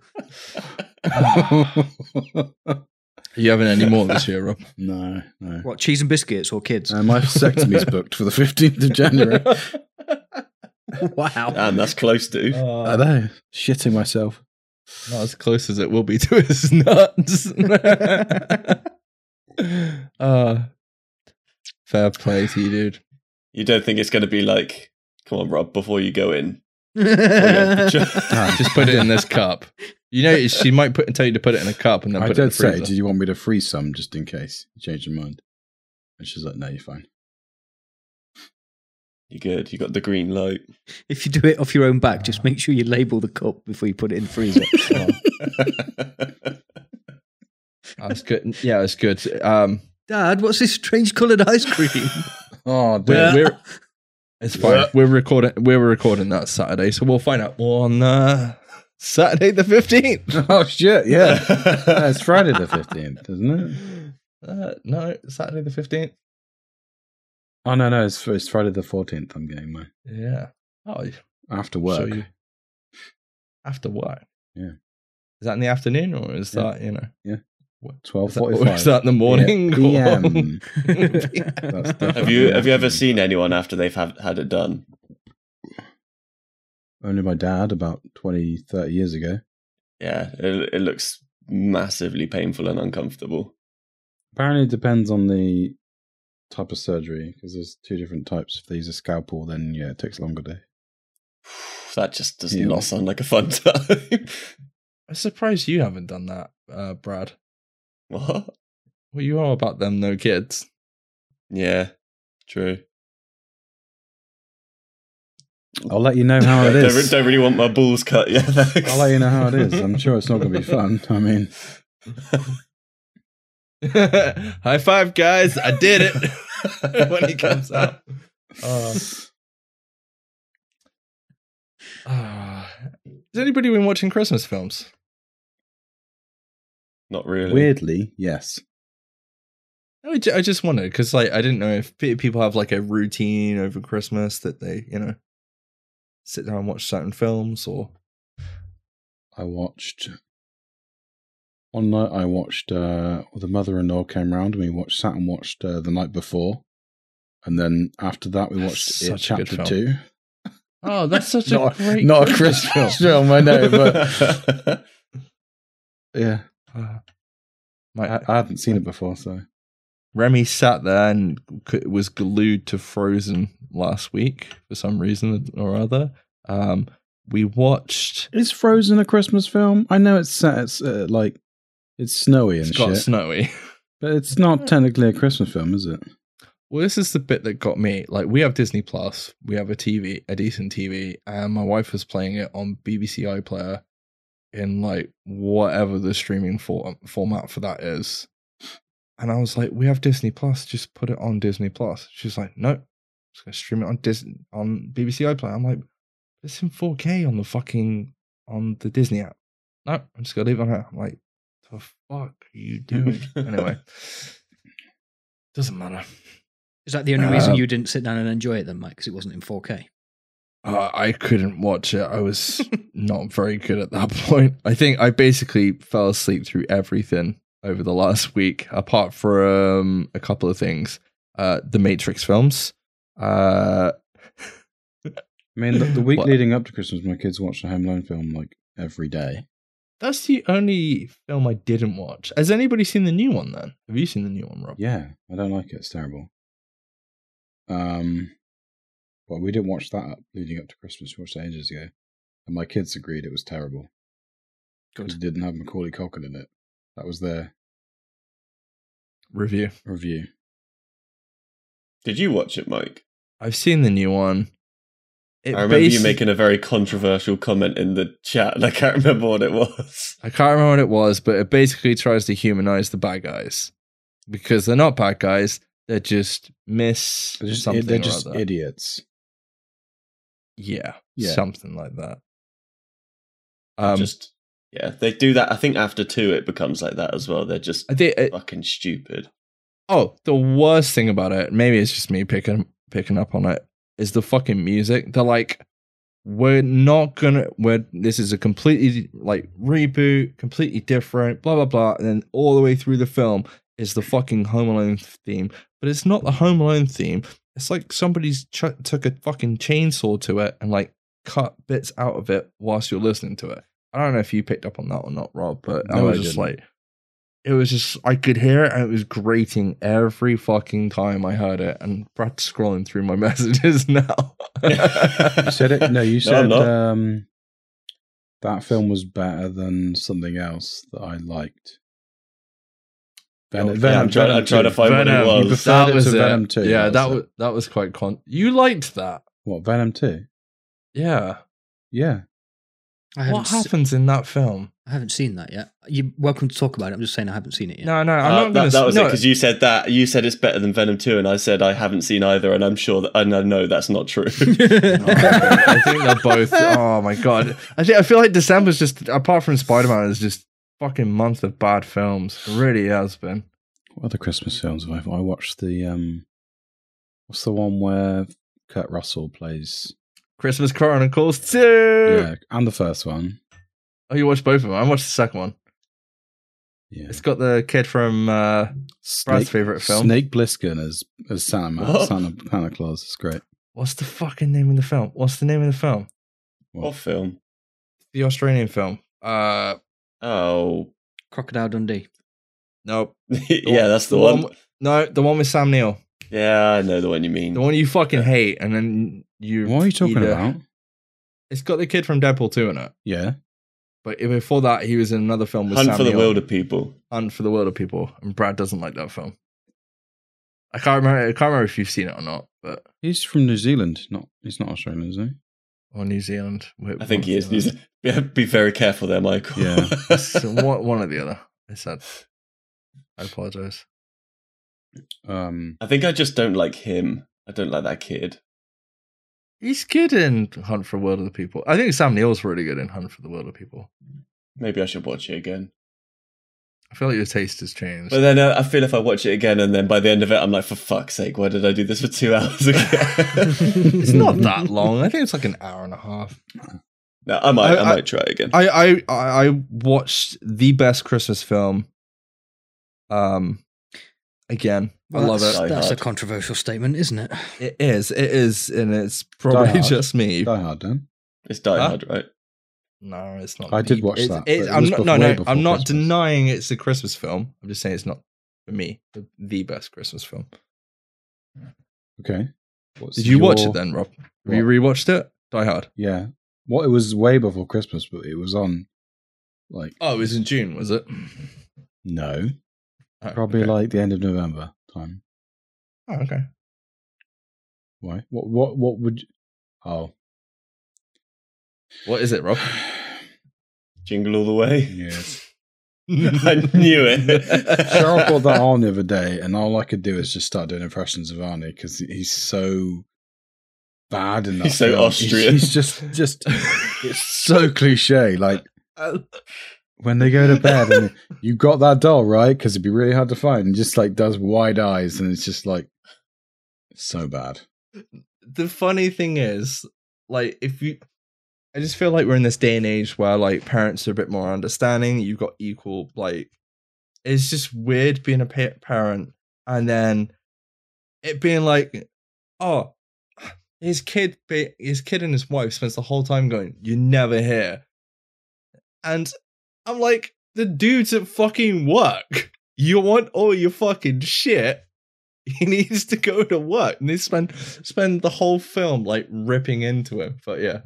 you haven't any more this year, Rob. no, no. What, cheese and biscuits or kids? Uh, my vasectomy's booked for the 15th of January. wow. Uh, And that's close to. I Uh, know. Shitting myself. Not as close as it will be to his nuts. uh, fair play to you, dude. You don't think it's going to be like, come on, Rob, before you go in. oh, Ah, Just put it in this cup. You know, she might put tell you to put it in a cup and then I put it in did the say, freezer. did you want me to freeze some just in case? You changed your mind. And she's like, no, you're fine. You're good. You got the green light. if you do it off your own back, just make sure you label the cup before you put it in the freezer. That's good. Yeah, it's good. Um, Dad, what's this strange coloured ice cream? Oh, we're, Yeah. we're- it's fine. We're recording. We're recording that Saturday, so we'll find out more on uh, Saturday the fifteenth. oh shit, yeah. Yeah, it's Friday the 15th, isn't it? Uh, no, Saturday the fifteenth. Oh, no, no, it's, it's Friday the 14th. I'm getting mine. Yeah. Oh, you- After work. you- after work. Yeah. Is that in the afternoon or is Yeah. that you know? Is that, or 12.45. is that in the morning? Yeah, or- PM. That's different. Have you have you ever seen anyone after they've have, had it done? Only my dad about 20, 30 years ago. Yeah, it, it looks massively painful and uncomfortable. Apparently, it depends on the type of surgery because there's two different types. If they use a scalpel, then yeah, it takes a longer day. That just does Yeah. not sound like a fun time. I'm surprised you haven't done that, uh, Brad. what? Well, you are about them no kids. Yeah, true. I'll let you know how I Oh, it don't, re- is. don't really want my balls cut. Yeah, thanks. I'll let you know how it is. I'm sure it's not going to be fun. I mean, High five, guys! I did it. when he comes out. Uh, Ah. has anybody been watching Christmas films? Not really. weirdly, yes. No, I, ju- I just wondered because like I didn't know if pe- people have like a routine over Christmas that they you know sit down and watch certain films or I watched one night. I watched uh, well, the mother-in-law came round and we watched sat and watched uh, the night before, and then after that we That's watched it, such a good chapter film. two. oh that's such Not, a great not a Christmas film, I know, but yeah, Uh, I, my uh, I hadn't seen it before, so Remy sat there and c- was glued to Frozen last week for some reason or other. Um, we watched. is Frozen a Christmas film? I know it's set it's uh, like it's snowy and It's got shit, snowy. but it's not technically a Christmas film, is it? Well, this is the bit that got me. Like, we have Disney Plus, we have a TV, a decent TV, and my wife was playing it on BBC iPlayer in like whatever the streaming for- format for that is. And I was like, "We have Disney Plus, just put it on Disney Plus." She's like, "No, I'm just gonna stream it on Disney on BBC iPlayer." I'm like, "It's in 4K on the fucking on the Disney app." No, I'm just gonna leave it on her. I'm like, "The fuck are you doing?" anyway, doesn't matter. Is that the only reason Uh, you didn't sit down and enjoy it then, Mike? Because it wasn't in 4K. Uh, I couldn't watch it. I was not very good at that point. I think I basically fell asleep through everything over the last week, apart from a couple of things. Uh, the Matrix films. Uh, I mean, the, the week What? leading up to Christmas, my kids watched a Home Alone film like every day. that's the only film I didn't watch. Has anybody seen the new one then? Have you seen the new one, Rob? Yeah, I don't like it. It's terrible. Um, well, we didn't watch that up leading up to Christmas. We watched it ages ago, and my kids agreed it was terrible. 'cause It Good. didn't have Macaulay Culkin in it. That was their Review. review. Did you watch it, Mike? I've seen the new one. It I remember you basi- making a very controversial comment in the chat, and I can't remember what it was. I can't remember what it was, but it basically tries to humanize the bad guys because they're not bad guys; they're just miss They're just, something. they're or just other. idiots. yeah, Yeah. something like that. Um, just yeah, they do that. I think after two, it becomes like that as well. They're just I think. It, fucking stupid. oh, the worst thing about it, maybe it's just me picking picking up on it, is the fucking music. They're like, we're not gonna. We're this is a completely like reboot, completely different, blah blah blah, and then all the way through the film is the fucking Home Alone theme, but it's not the Home Alone theme. It's like somebody's ch- took a fucking chainsaw to it and like cut bits out of it whilst you're listening to it. I don't know if you picked up on that or not, Rob, but I No, was I just didn't. like, it was just I could hear it and it was grating every fucking time I heard it. And Brad's scrolling through my messages now. You said it. No, you No, I'm said not. um, that film was better than something else that I liked. Venom. Oh, yeah, Venom I'm trying- I'm Venom trying to 2. find what it Venom. was. You preferred that it was to it. Venom 2. Yeah, that it. was that was quite con. You liked that, what Venom Two. yeah. Yeah, I haven't, What se- happens in that film? I haven't seen that yet. You're welcome to talk about it. I'm just saying I haven't seen it yet. No, no, I'm Uh, not that, gonna. that was it no, because you said that you said it's better than Venom Two, and I said I haven't seen either, and I'm sure that and I know that's not true. I think they're both. Oh my god! I think I feel like December's just apart from Spider Man is just fucking month of bad films. It really has been. What other Christmas films have I, I watched? The um, what's the one where Kurt Russell plays? Christmas Chronicles two. Yeah, and the first one. Oh, you watched both of them. I watched the second one. Yeah, It's got the kid from. uh Brad's favourite film. Snake Plissken as as Santa Ma- What? Santa, Santa Claus. It's great. What's the fucking name of the film? What's the name of the film? what film? The Australian film. Uh, Oh, Crocodile Dundee. nope. yeah, that's the, one. No, the one with Sam Neill. Yeah, I know the one you mean. The one you fucking hate, and then you. What are you talking either- about? It's got the kid from Deadpool 2 in it. Yeah. But before that, he was in another film with Hunt for Samuel. the Wilder People. Hunt for the Wilder People, and Brad doesn't like that film. I can't remember. I can't remember if you've seen it or not, but He's from New Zealand. Not. He's not Australian, is he? or New Zealand. I think he is. He's- yeah, be very careful there, Michael. Yeah. so one, one or the other. I said. I apologize. Um. I think I just don't like him. I don't like that kid. He's good in Hunt for the World of the People. I think Sam Neill's really good in Hunt for the World of the People. Maybe I should watch it again. I feel like your taste has changed. But then uh, I feel if I watch it again and then by the end of it, I'm like, for fuck's sake, why did I do this for two hours again? it's not that long. I think it's like an hour and a half. no, I might, I, I- might try again. I I I I watched the best Christmas film. Um, again, I Well, love that's, it. Die That's a Hard. controversial statement, isn't it? It is. It is, and it's probably Hard. just me. Die Hard, Dan. It's Die Huh? Hard, right? No, it's not. I did the- watch it's- that, it's- but it I'm was not, bef- no, way no. before I'm not Christmas. denying it's a Christmas film. I'm just saying it's not for me the, the best Christmas film. Okay. What's Did you watch your- it then, Rob? Have you rewatched it? Die Hard. Yeah. Well, it was way before Christmas, but it was on. Like Oh, it was in June, was it? no, Oh, probably okay. like the end of November time. Oh, okay. Why? What? What? What would? You... Oh. What is it, Rob? Jingle All the Way. Yes. I knew it. Cheryl brought that on the other day, and all I could do is just start doing impressions of Arnie because he's so bad in that. He's so film. Austrian. He's, he's just, just, it's so cliche. Like when they go to bed, and you got that doll right because it'd be really hard to find. And just like does wide eyes, and it's just like so bad. the funny thing is, like, if you, I just feel like we're in this day and age where like parents are a bit more understanding. You've got equal, like, it's just weird being a pa- parent and then it being like, oh, his kid, be- his kid and his wife spends the whole time going, "You're never here," and I'm like, the dude's at fucking work. You want all your fucking shit he needs to go to work and they spend spend the whole film like ripping into him but yeah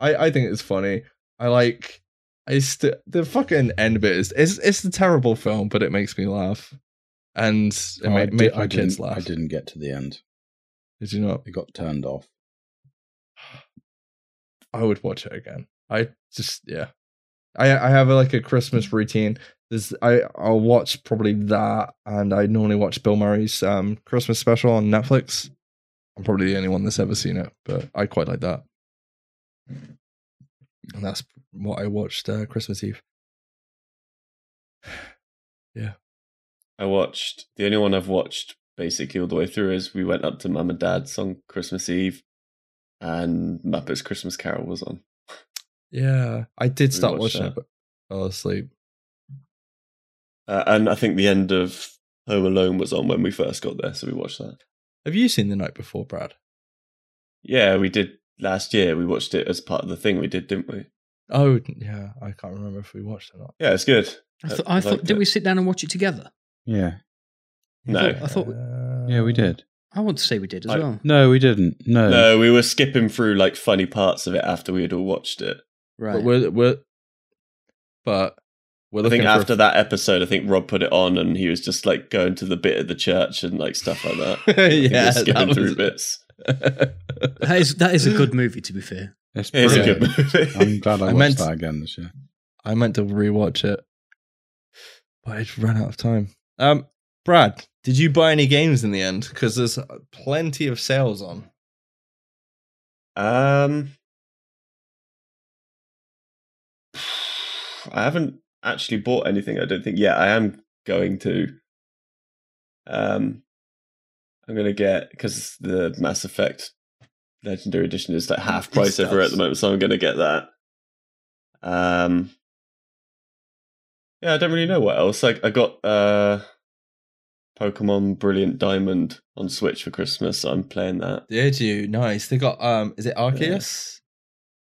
i i think it's funny i like i st- the fucking end bit is it's, it's a terrible film but it makes me laugh and it Oh, ma- I made, di- I my kids didn't- laugh I didn't get to the end. did you not It got turned off. i would watch it again i just yeah i i have like a Mm. christmas routine there's i i'll watch probably that and i normally watch bill murray's um christmas special on netflix i'm probably the only one that's ever seen it but i quite like that and that's what i watched uh, christmas eve I watched the only one I've watched basically all the way through is we went up to mum and dad's on Christmas Eve, and Muppets Christmas Carol was on. yeah i did We start watched watching it that. but i was asleep Uh, and I think the end of Home Alone was on when we first got there, so we watched that. have you seen the night before brad Yeah, we did last year. We watched it as part of the thing we did, didn't we? oh yeah i can't remember if we watched it or not Yeah, it's good. I, I- thought I I thought, liked did it. we sit down and watch it together? Yeah, No. I thought- yeah, we did. I want to say we did as I- well. No, we didn't. Oh. No, No, we were skipping through like funny parts of it after we had all watched it. Right. But we're, we're but we're I think looking after for that episode, I think Rob put it on, and he was just like going to the bit of the church and like stuff like that. I think we were Yeah, skipping that through was- bits. that is that is a good movie to be fair. it's It's a brilliant. good movie. I'm glad I, I watched meant- that again this year. I meant to rewatch it, but I ran out of time. Um, Brad, did you buy any games in the end? Because there's uh, plenty of sales on. Um, I haven't actually bought anything. I don't think. Yeah, I am going to. Um, I'm gonna get because the Mass Effect Legendary Edition is like half price everywhere at the moment, so I'm gonna get that. Um, yeah, I don't really know what else. Like, I got uh, Pokemon Brilliant Diamond on Switch for Christmas. So I'm playing that. Did you? Nice. They got um, is it Arceus?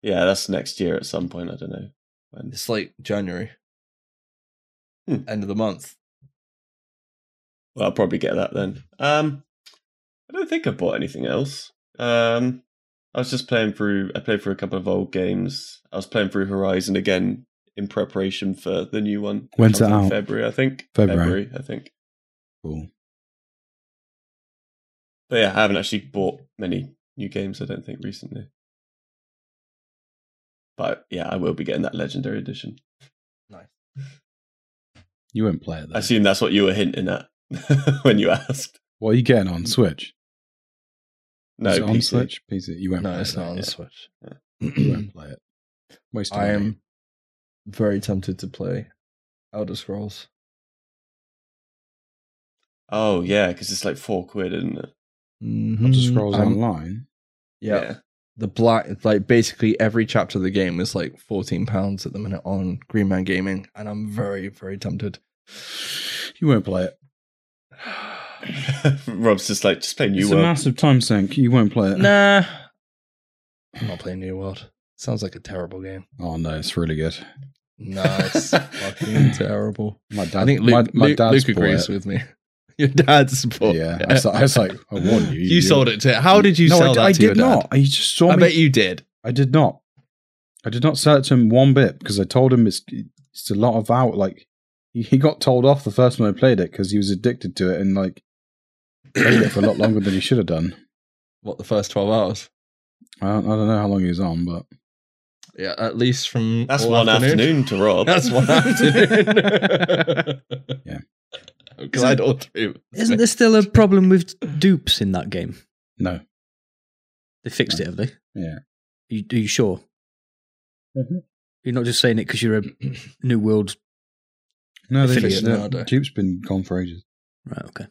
Yeah, that's next year at some point. I don't know when. It's like January, Hmm. end of the month. Well, I'll probably get that then. Um, I don't think I bought anything else. Um, I was just playing through. I played through a couple of old games. I was playing through Horizon again in preparation for the new one. that When's comes that in out? February, I think. February. I think. Cool. But yeah, I haven't actually bought many new games. I don't think recently. But yeah, I will be getting that legendary edition. Nice. You won't play it. I Though. assume that's what you were hinting at when you asked. What are you getting on Switch? No, Is it on PC. Switch. PC. You won't. No, play it's it, not on yeah. the Switch. you won't play it. Waste of I money. am very tempted to play Elder Scrolls. Oh yeah, because it's like four quid, isn't it? Elder Scrolls I'm- Online. Mm-hmm. Um, Yeah, the black like basically every chapter of the game is like fourteen pounds at the minute on Green Man Gaming, and I'm very very tempted. You won't play it. Yeah. Rob's just like just play new it's one. a massive time sink. You won't play it. nah, I'm not playing New World. Sounds like a terrible game. Oh no, it's really good. No, it's fucking terrible. My dad. I think my, Luke, my Luke, dad's Luke bought agrees it. with me. Your dad's support. Yeah, I, was, I was like, I warned you. you, sold it to. How did you no, sell I, d- that I to did your dad? not. I just saw I me. bet you did. I did not. I did not sell it to him one bit because I told him it's it's a lot of out. Like he, he got told off the first time I played it because he was addicted to it and like played it for a lot longer than he should have done. What the first twelve hours? I don't, I don't know how long he was on, but Yeah, at least from That's all one afternoon. to Rob. That's one afternoon. Yeah. I'm glad all three. Isn't there still a problem with dupes in that game? no, They fixed it, have they? Yeah. You, are you sure? Mhm. You're not just saying it because you're a New World. no, they Affiliate fixed it. Nardo. Dupe's been gone for ages. Right, okay.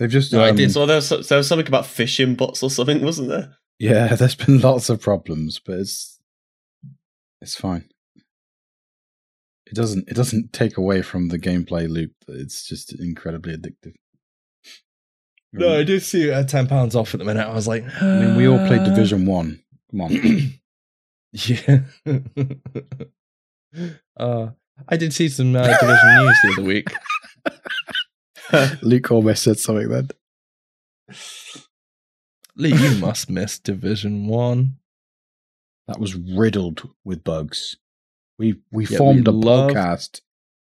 They've just No, I um, did. So there was, so- there was something about fishing bots or something, wasn't there? Yeah, there's been lots of problems, but it's it's fine. It doesn't it doesn't take away from the gameplay loop. It's just incredibly addictive. No, I did see it at ten pounds off at the minute. I was like, I mean we all played Division One. Come on, Yeah. uh, I did see some uh, Division news the other week. Luke almost said something then. Lee, you must miss Division One. That was riddled with bugs. We we Yeah, formed we a love- podcast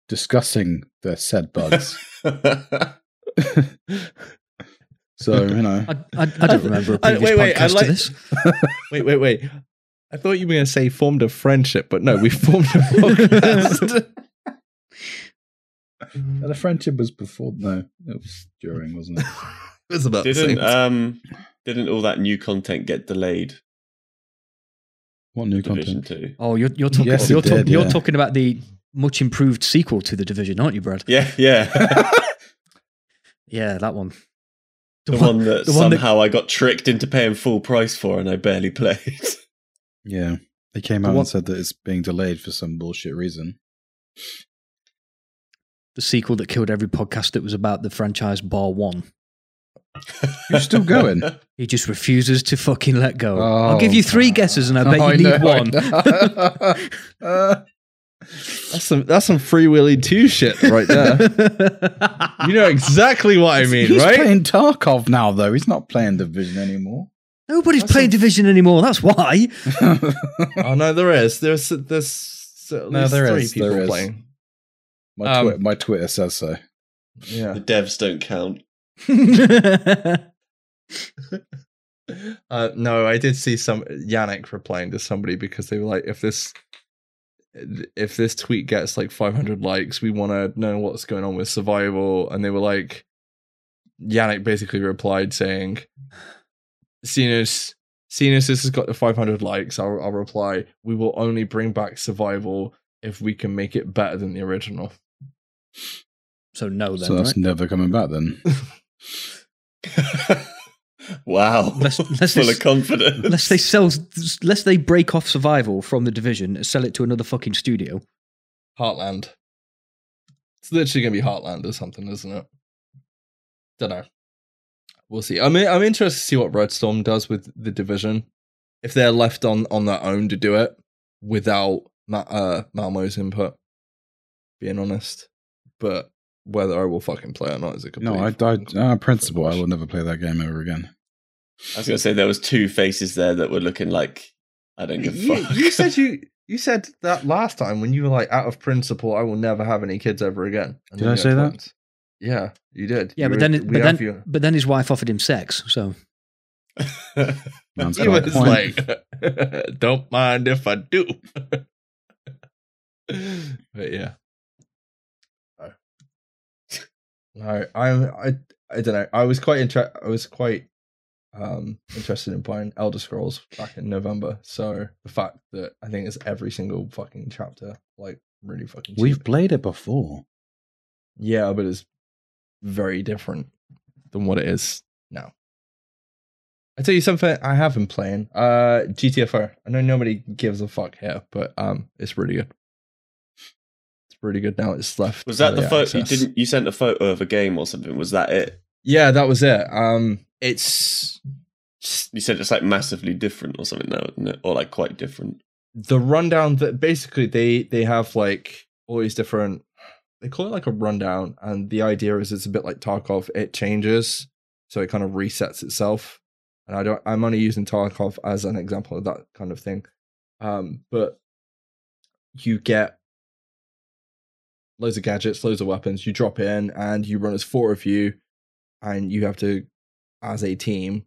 discussing the said bugs. so you know, I, I, I don't remember a I- previous wait, wait, I podcast like- to this. Wait, wait, wait. I thought you were going to say formed a friendship, but no, we formed a podcast. and the friendship was before. No, it was during, wasn't it? it was about the same. didn't um didn't all that new content get delayed? What new Division content? two. Oh, you're, you're, talking, Yes, it you're, talk- did, you're yeah. talking about the much improved sequel to The Division, aren't you, Brad? Yeah, yeah. Yeah, that one. the one that the one that- somehow I got tricked into paying full price for, and I barely played. Yeah. They came The out one- and said that it's being delayed for some bullshit reason. the sequel that killed every podcast that was about the franchise bar one. You're still going? He just refuses to fucking let go. Oh, I'll give you three God. guesses and I bet you need one. one. That's some that's some free willy two shit right there. you know exactly what I mean, He's right? playing Tarkov now, though. He's not playing Division anymore. Nobody's That's playing a- Division anymore. That's why. oh no, there is. There's there's at No, least there three is, people there is. playing. my, Um, twi- my Twitter says so. Yeah. the devs don't count. Uh, no, I did see some Yannick replying to somebody because they were like, if this if this tweet gets like 500 likes, we want to know what's going on with survival. And they were like, Yannick basically replied saying, Sinus, Sinus, this has got the 500 likes. I'll, I'll reply, we will only bring back survival if we can make it better than the original. so no, then so that's right? never coming back then. wow, Let's- let's full just- of confidence. unless they sell, unless they break off Survival from the Division, and sell it to another fucking studio. Heartland. It's literally gonna be Heartland or something, isn't it? Don't know. We'll see. I'm I'm interested to see what Red Storm does with the division. If they're left on on their own to do it without Ma- uh, Malmo's input, being honest. But whether I uh, will fucking play or not is a complete. No, I, I, on principle, I will never play that game ever again. I was gonna say there was two faces there that were looking like I don't give a You, fuck. you said you you said that last time when you were like out of principle, I will never have any kids ever again. And Did then you I had say that? twins. Yeah, you did. Yeah, You but were- then, it- we but have then, you. but then his wife offered him sex. So Man's He got a was point. like, "Don't mind if I do." but yeah, no, Uh, no I'm I I don't know. I was quite inter- I was quite um interested in buying Elder Scrolls back in November. So the fact that I think it's every single fucking chapter like really fucking. Cheap. We've played it before. yeah, but it's very different than what it is now. I tell you something I have been playing. Uh GTFO. I know nobody gives a fuck here, but um it's really good. It's really good now. It's left. was that the early photo you access. didn't you sent a photo of a game or something? Was that it? Yeah, that was it. Um it's You said it's like massively different or something now, isn't it? Or like quite different. the rundown that basically they they have like all these different they call it like a rundown and the idea is it's a bit like tarkov it changes so it kind of resets itself and i don't i'm only using tarkov as an example of that kind of thing um but you get loads of gadgets loads of weapons you drop in and you run as four of you and you have to as a team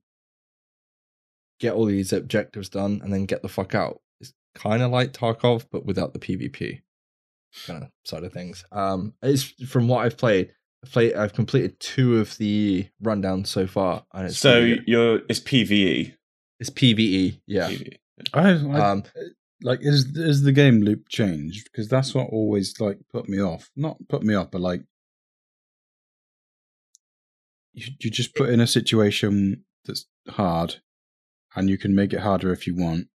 get all these objectives done and then get the fuck out it's kind of like tarkov but without the pvp kind of side of things um it's from what i've played i've played i've completed two of the rundowns so far and it's so really good. you're it's E. PVE. it's pve yeah PVE. I, I um like is is the game loop changed? Because that's what always like put me off. Not put me off, but like you, you just put in a situation that's hard, and you can make it harder if you want.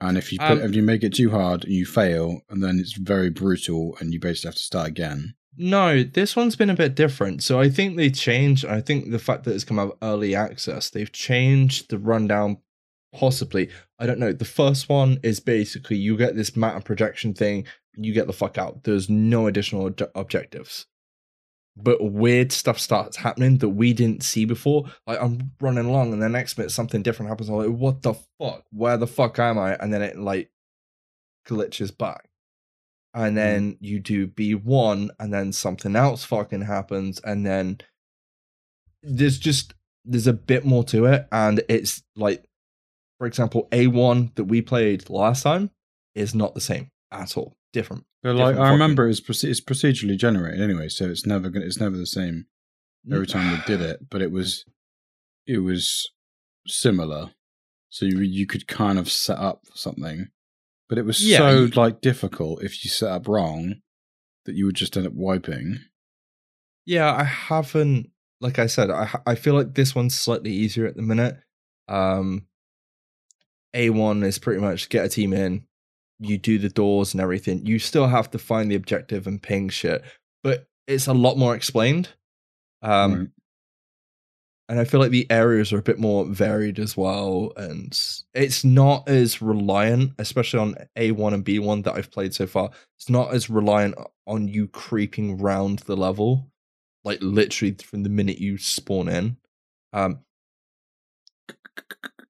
And if you put, Um, if you make it too hard and you fail, and then it's very brutal, and you basically have to start again. No, this one's been a bit different. So I think they changed. I think the fact that it's come out early access, they've changed the rundown. Possibly, I don't know. The first one is basically you get this map and projection thing, you get the fuck out. There's no additional obje- objectives, but weird stuff starts happening that we didn't see before. Like I'm running along, and the next minute something different happens. I'm like, what the fuck? Where the fuck am I? And then it like glitches back and then you do B1 and then something else fucking happens and then there's just there's a bit more to it and it's like for example A1 that we played last time is not the same at all different But like Different I fucking- remember, it was proce- it's procedurally generated anyway, so it's never gonna, it's never the same every time we did it, but it was it was similar. So you you could kind of set up something, but it was Yeah, so you- like difficult if you set up wrong that you would just end up wiping. Yeah, I haven't. Like I said, I ha- I feel like this one's slightly easier at the minute. Um, A one is pretty much get a team in, you do the doors and everything. You still have to find the objective and ping shit, but it's a lot more explained. Um, Right. and I feel like the areas are a bit more varied as well, and it's not as reliant, especially on A one and B one that I've played so far. It's not as reliant on you creeping round the level, like literally from the minute you spawn in. Um,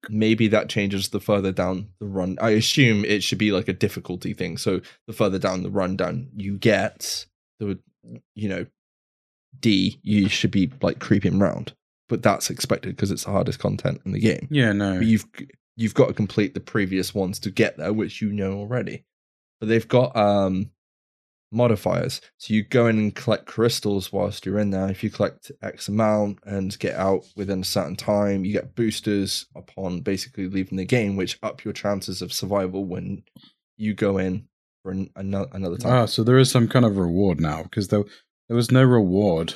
maybe that changes the further down the run. I assume it should be like a difficulty thing. So the further down the run down you get, the you know D, you should be like creeping round. But that's expected because it's the hardest content in the game. Yeah, no. But you've you've got to complete the previous ones to get there, which you know already. But they've got um modifiers. So you go in and collect crystals whilst you're in there. If you collect X amount and get out within a certain time, you get boosters upon basically leaving the game, which up your chances of survival when you go in for an, another, another time. ah, so there is some kind of reward now because there there was no reward.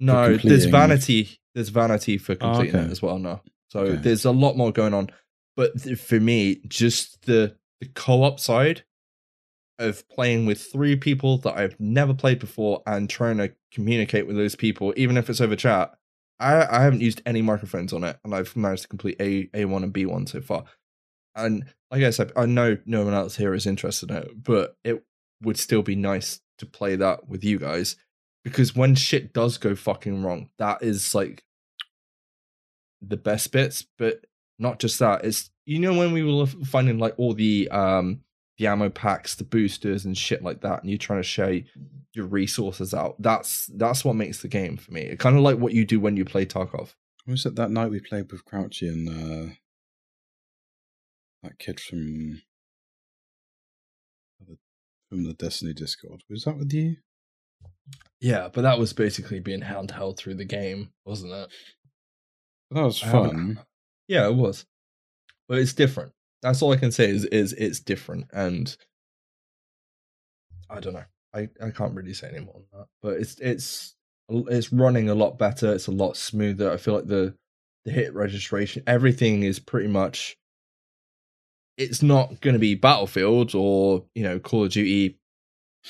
No, there's completing- Oh, vanity. There's vanity for completing okay. it as well now. So Okay. there's a lot more going on. But th- for me, just the the co-op side of playing with three people that I've never played before and trying to communicate with those people, even if it's over chat. I, I haven't used any microphones on it, and I've managed to complete A A one and B one so far. And like I said, I know no one else here is interested in it, but it would still be nice to play that with you guys because when shit does go fucking wrong, that is like the best bits, but not just that. It's you know when we were finding like all the um the ammo packs, the boosters and shit like that, and you're trying to share your resources out. That's that's what makes the game for me. It kind of like what you do when you play Tarkov. What was it that night we played with Crouchy and uh, that kid from from the Destiny Discord? Was that with you? Yeah, but that was basically being handheld through the game, wasn't it? That was I haven't- fun. Yeah, it was. But it's different. That's all I can say is is it's different and I don't know. I, I can't really say any more than that. But it's it's it's running a lot better. It's a lot smoother. I feel like the the hit registration, everything is pretty much it's not going to be Battlefield or, you know, Call of Duty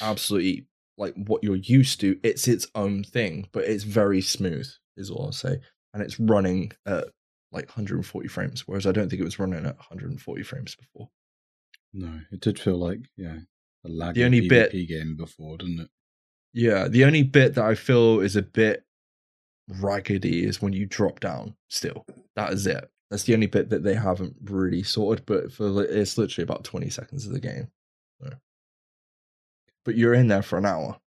absolutely like what you're used to. It's its own thing, but it's very smooth is all I'll say. And it's running at like 140 frames, whereas I don't think it was running at 140 frames before. No, it did feel like yeah, a laggy The only PvP bit- game before, didn't it? Yeah, the only bit that I feel is a bit raggedy is when you drop down. Still, that is it. That's the only bit that they haven't really sorted. But for li- it's literally about 20 seconds of the game. So. But you're in there for an hour.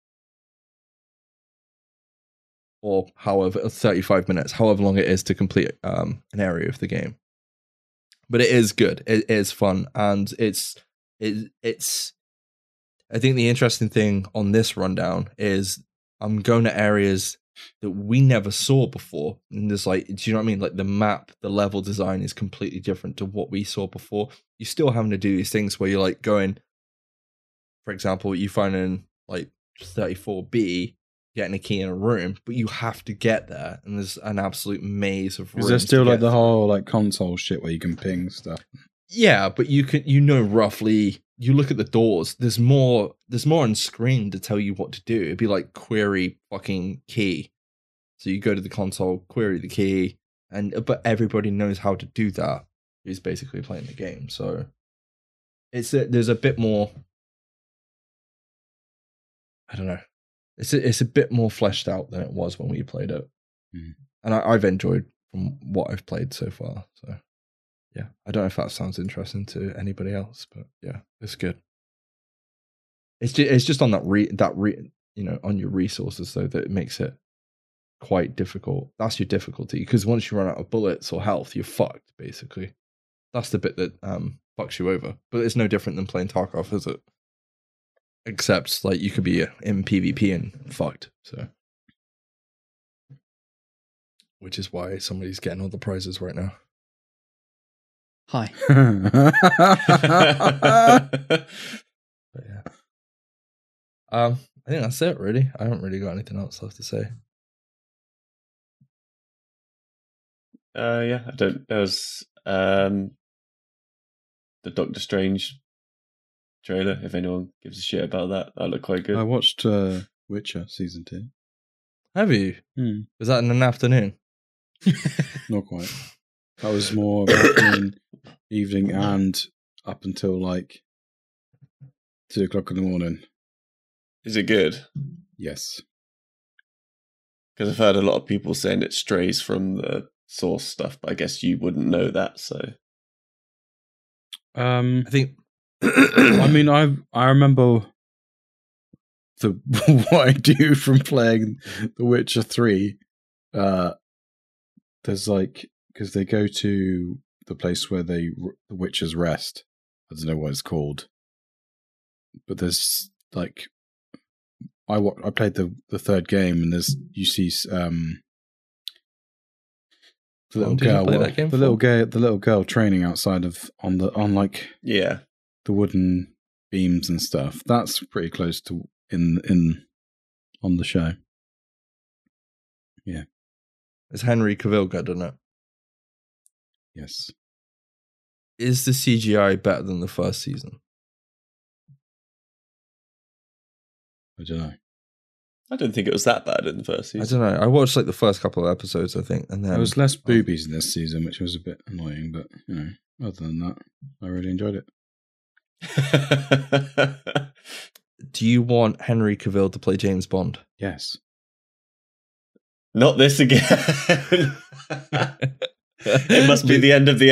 Or however, 35 minutes, however long it is to complete um, an area of the game. But it is good. It is fun, and it's it, it's I think the interesting thing on this rundown is I'm going to areas that we never saw before. And there's like, do you know what I mean? Like the map, the level design is completely different to what we saw before. You're still having to do these things where you're like going, for example, you find in like 34B, getting a key in a room, but you have to get there. And there's an absolute maze of rooms. Is there to still like get the through. whole like console shit where you can ping stuff? Yeah, but you can you know roughly you look at the doors, there's more there's more on screen to tell you what to do. It'd be like query fucking key. So you go to the console, query the key, and but everybody knows how to do that who's basically playing the game. So it's a, there's a bit more I don't know. It's a, it's a bit more fleshed out than it was when we played it. Mm. And I, I've enjoyed from what I've played so far. So yeah, I don't know if that sounds interesting to anybody else, but yeah, it's good. It's just, it's just on that re that re you know on your resources though that it makes it quite difficult. That's your difficulty because once you run out of bullets or health, you're fucked basically. That's the bit that um fucks you over. But it's no different than playing Tarkov, is it? Except like you could be uh, in PvP and fucked. So, which is why somebody's getting all the prizes right now. Hi. But yeah. Um, I think that's it really. I haven't really got anything else left to say. Uh, yeah, I don't. There was um, the Doctor Strange trailer. If anyone gives a shit about that, that looked quite good. I watched uh, Witcher season two. Have you? Hmm. Was that in an afternoon? Not quite. That was more of afternoon, evening, and up until like two o'clock in the morning. Is it good? Yes. Because I've heard a lot of people saying it strays from the source stuff, but I guess you wouldn't know that. So Um, I think. I mean, I I remember the what I do from playing The Witcher Three. Uh, there's like because they go to the place where they the witches rest. I don't know what it's called, but there's like I wa- I played the the third game and there's you see um the How long little did you girl play that well, game the little for? girl the little girl training outside of on the on like yeah, the wooden beams and stuff. That's pretty close to in in on the show. It's Henry Cavill good, isn't it? Yes, Is the CGI better than the first season? I don't know. I don't think it was that bad in the first I season. don't know. I watched like the first couple of episodes, I think, and then there was Um, less boobies in this season, which was a bit annoying, but you know, other than that, I really enjoyed it. Do you want Henry Cavill to play James Bond? Yes, Not this again. It must be the end of the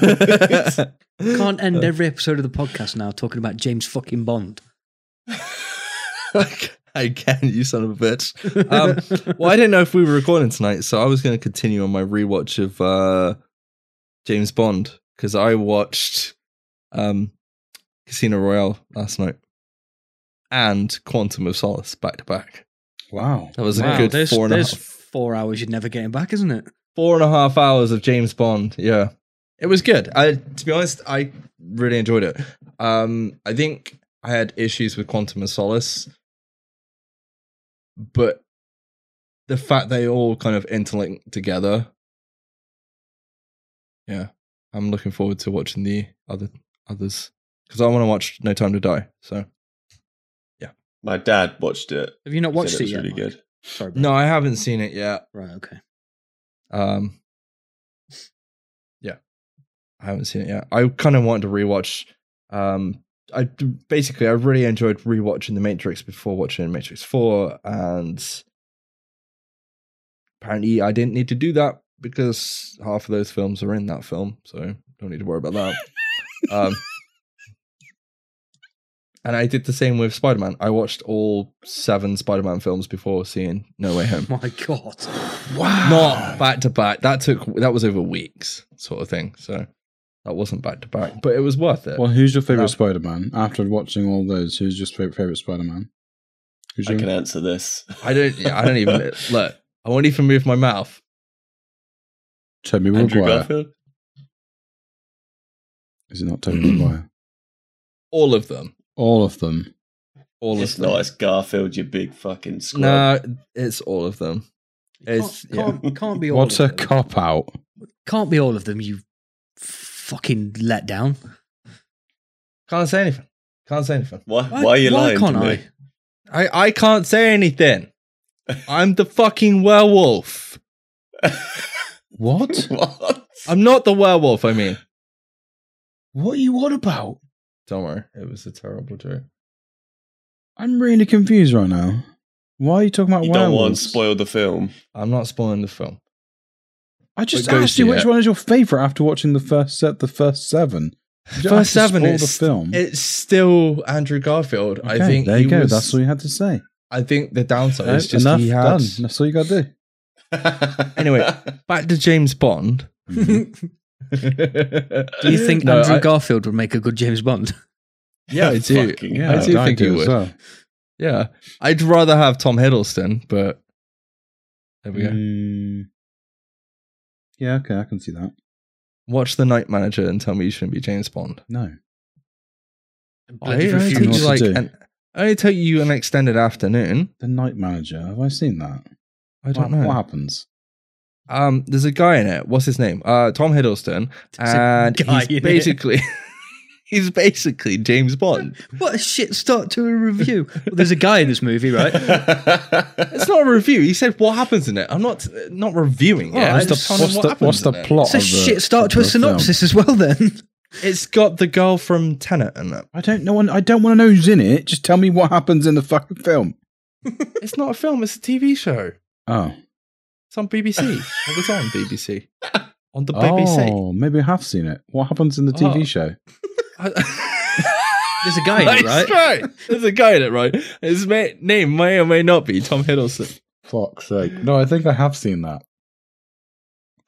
Can't Uh. end every episode of the podcast now talking about James fucking Bond. I can, you son of a bitch. Um, Well, I didn't know if we were recording tonight, so I was going to continue on my rewatch of uh, James Bond because I watched um, Casino Royale last night and Quantum of Solace back to back. Wow. That was a Wow, good there's, four and a half there's four hours you're never getting back, isn't it? four and a half hours of James Bond. Yeah, it was good. I, to be honest, I really enjoyed it. Um, I think I had issues with Quantum of Solace, but the fact they all kind of interlink together. Yeah, I'm looking forward to watching the other others because I want to watch No Time to Die. So My dad watched it. Have you not He said watched it it, was yet? really Mike? good. Sorry, bro. no, I haven't seen it yet. Right, okay. Um, yeah, I haven't seen it yet. I kind of wanted to rewatch. Um, I basically I really enjoyed rewatching The Matrix before watching Matrix Four, and apparently I didn't need to do that because half of those films are in that film, so don't need to worry about that. um, and I did the same with Spider Man. I watched all seven Spider Man films before seeing No Way Home My God. Wow. not back to back. That took that was over weeks, sort of thing. So that wasn't back to back, but it was worth Uh, it. Well, who's your favorite No. Spider Man? After watching all those, who's your favorite, favorite Spider Man? Who's I your can answer this. I don't. I don't even look. I won't even move my mouth. Toby Andrew Maguire? Garfield. Is it not Toby Maguire? All of them. All of them. All It's of them. not. It's Garfield. You big fucking squad. no, it's all of them. It's- Can't, can't, can't be all What's of a them. cop out? can't be all of them, you fucking let down. Can't say anything. Can't say anything. Why, why, are you lying can't to me? I? I I can't say anything. I'm the fucking werewolf. What? What? I'm not the werewolf. I mean, what are you on about? don't worry. It was a terrible joke. I'm really confused right now. Why are you talking about You don't want to werewolves? spoil the film. I'm not spoiling the film. I just But go asked see you which it. one is your favorite after watching the first set, the first seven. You don't First have to seven spoil is- the film. It's still Andrew Garfield. I Okay, think there he you go. was- That's all you had to say. I think the downside is Uh, just Enough he had done. That's all you got to do. Anyway. back to James Bond. Mm. Do you think Mm-hmm. No, Andrew I- Garfield would make a good James Bond? Yeah, I do. Fucking Yeah, I hell. do I think he do would. as well. Yeah, I'd rather have Tom Hiddleston, but there we go. Mm. Yeah, okay, I can see that. Watch The Night Manager and tell me you shouldn't be James Bond. No. I Bloody only refuse. take what you to like do. an, I only take you an extended afternoon. The Night Manager. Have I seen that? I don't what, know. What happens? Um, there's a guy in it. What's his name? Uh, Tom Hiddleston, There's a and guy in he's it. basically he's basically James Bond. What a shit start to a review. Well, there's a guy in this movie, right? It's not a review. He said what happens in it. I'm not not reviewing it. Alright, I'm what's the- just telling what's what the, happens what's the in it. plot? It's a of the- shit start to of a the film? synopsis as well, then. It's got the girl from Tenet in it. I don't know. I don't want to know who's in it. Just tell me what happens in the fucking film. It's not a film. It's a TV show. Oh, It's on BBC. it was on BBC. On the BBC. oh, maybe I have seen it. What happens in the TV Oh. show? There's a guy in it, That's right? right. There's a guy in it, right? His ma- name may or may not be Tom Hiddleston. Fuck's sake! No, I think I have seen that.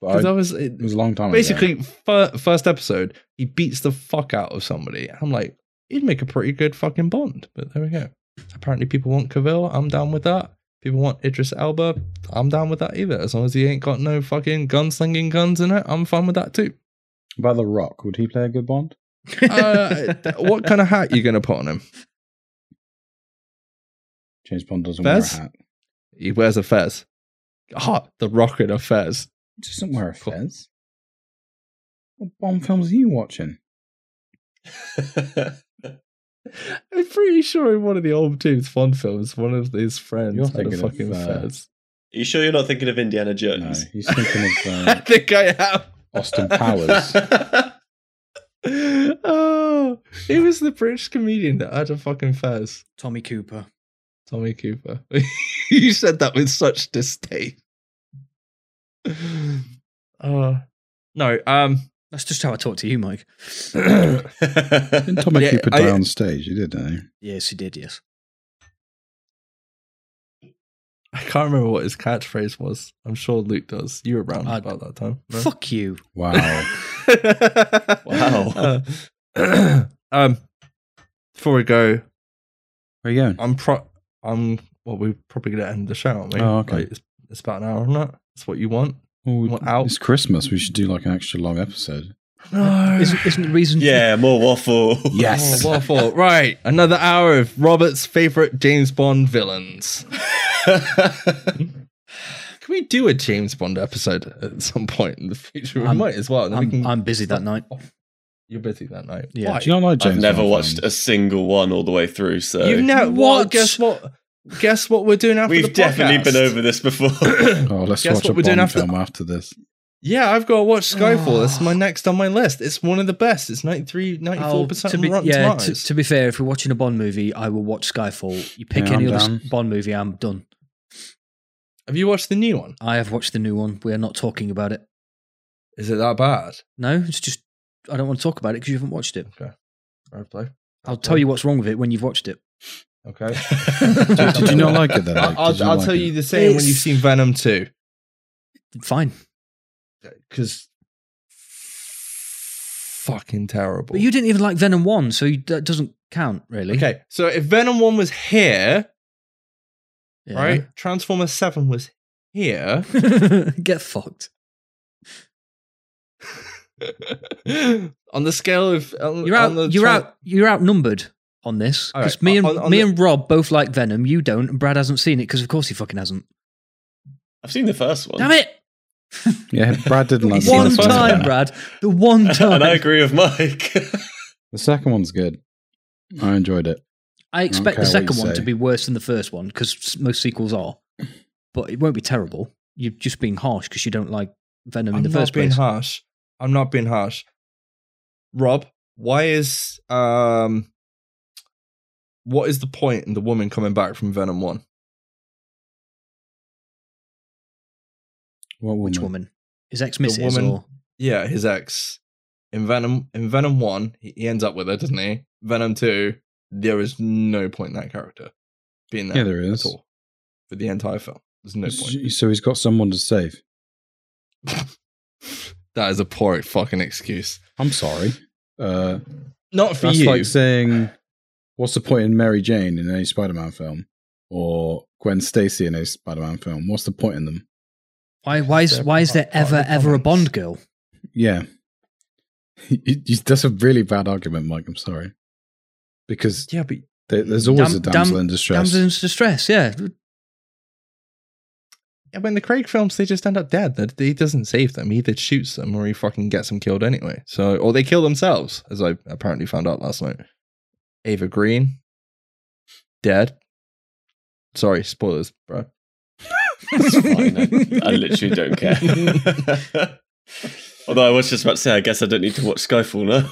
But Because I, I was it was a long Oh, time ago. basically fir- first episode. He beats the fuck out of somebody. I'm like, he'd make a pretty good fucking Bond. But there we go. Apparently, people want Cavill. I'm down with that. People want Idris Elba. I'm down with that either. As long as he ain't got no fucking gunslinging guns in it, I'm fine with that too. About the Rock, would he play a good Bond? Uh, what kind of hat you gonna put on him? James Bond doesn't Fez? wear a hat. He wears a fez. Ah, the rock in a fez. He doesn't wear a Cool. fez. What Bond films are you watching? I'm pretty sure in one of the old James Bond films, one of his friends You're had a thinking of, fucking uh, fez. you sure you're not thinking of Indiana No, Jones? he's thinking of I uh, think I have. Austin Powers. oh, it was the British comedian that had a fucking fez. Tommy Cooper. Tommy Cooper. you said that with such disdain. Uh, No, um, That's just how I talk to you, Mike. Didn't Thomas Yeah, Cooper I- die on stage? He did, didn't he? yes, he did. Yes. I can't remember what his catchphrase was. I'm sure Luke does. You were around Uh, about that time. no? Fuck you. Wow. wow. um, before we go, Where are you going? I'm pro. I'm well. We're probably gonna end the show, aren't we? Oh, okay. Like, it's, it's about an hour, isn't it? That's what you want. Well, What out? It's Christmas. We should do like an extra long episode. No. Isn't, isn't the reason? yeah, more waffle. Yes. Oh, waffle. right. Another hour of Robert's favorite James Bond villains. Can we do a James Bond episode at some point in the future? We I'm- might as well. Then I'm, we can, I'm busy that night. you're busy that night. Yeah. Why? Do you not like James? I've never Bond watched films? a single one all the way through, so You've never what? What? Guess what? Guess what we're doing after the we've definitely been podcast? over this before. Oh, let's Guess watch a what we're Bond doing after- film after this. Yeah, I've got to watch Skyfall. Oh. It's my next on my list. It's one of the best. It's 93, 94% Oh, to on be, Rotten yeah, to, Tomatoes. to be fair, if we're watching a Bond movie, I will watch Skyfall. You pick Yeah, any I'm other down. s- Bond movie, I'm done. Have you watched the new one? I have watched the new one. We are not talking about it. Is it that bad? No, it's just I don't want to talk about it because you haven't watched it. Fair play. I'll tell you what's wrong with it when you've watched it. Okay. Did, did you not like it then? Like, I'll, did I'll, I'll like tell it? you the same when It's- you've seen Venom 2. Fine, Because fucking terrible. but you didn't even like Venom One, so you, that doesn't count really. okay, so if Venom 1 was here, Yeah. right? Transformer 7 was here. Get fucked. on the scale of. On, You're on the out. You're tran- out. You're outnumbered on this All because right, me and on- on me the- and Rob both like Venom. You don't, and Brad hasn't seen it because of course he fucking hasn't. I've seen the first one. Damn it! Yeah, Brad didn't like The the one first one. time, Brad. The one time. and I agree with Mike. The second one's good. I enjoyed it. I expect care the what second you one to say. be worse than the first one because most sequels are, but it won't be terrible. You're just being harsh because you don't like Venom in I'm the not first being place. harsh. I'm not being harsh. Rob, why is um, what is the point in the woman coming back from Venom One? What woman? Which woman? His ex missus woman- or Yeah, his ex in Venom in Venom One, he, he ends up with her, doesn't he? Venom Two, there is no point in that character being there. Yeah, there is. at all for the entire film. There's no point. So he's got someone to save. That is a poor fucking excuse. I'm sorry. Uh, Not for that's you. like saying, what's the point in Mary Jane in a Spider-Man film, or Gwen Stacy in a Spider-Man film? What's the point in them? why? Why is They're why is there part- part of ever the ever a comments. Bond girl? Yeah, You- you- that's a really bad argument, Mike. I'm sorry, because yeah, but there, there's always Dam- a damsel dam- in distress. Damsel in distress. Yeah, Yeah, but in the Craig films, they just end up dead. That he doesn't save them. He either shoots them or he fucking gets them killed anyway. So, or they kill themselves, as I apparently found out last night. Ava Green, dead. Sorry, spoilers, bro. It's fine. I, I literally don't care. Although I was just about to say, I guess I don't need to watch Skyfall now.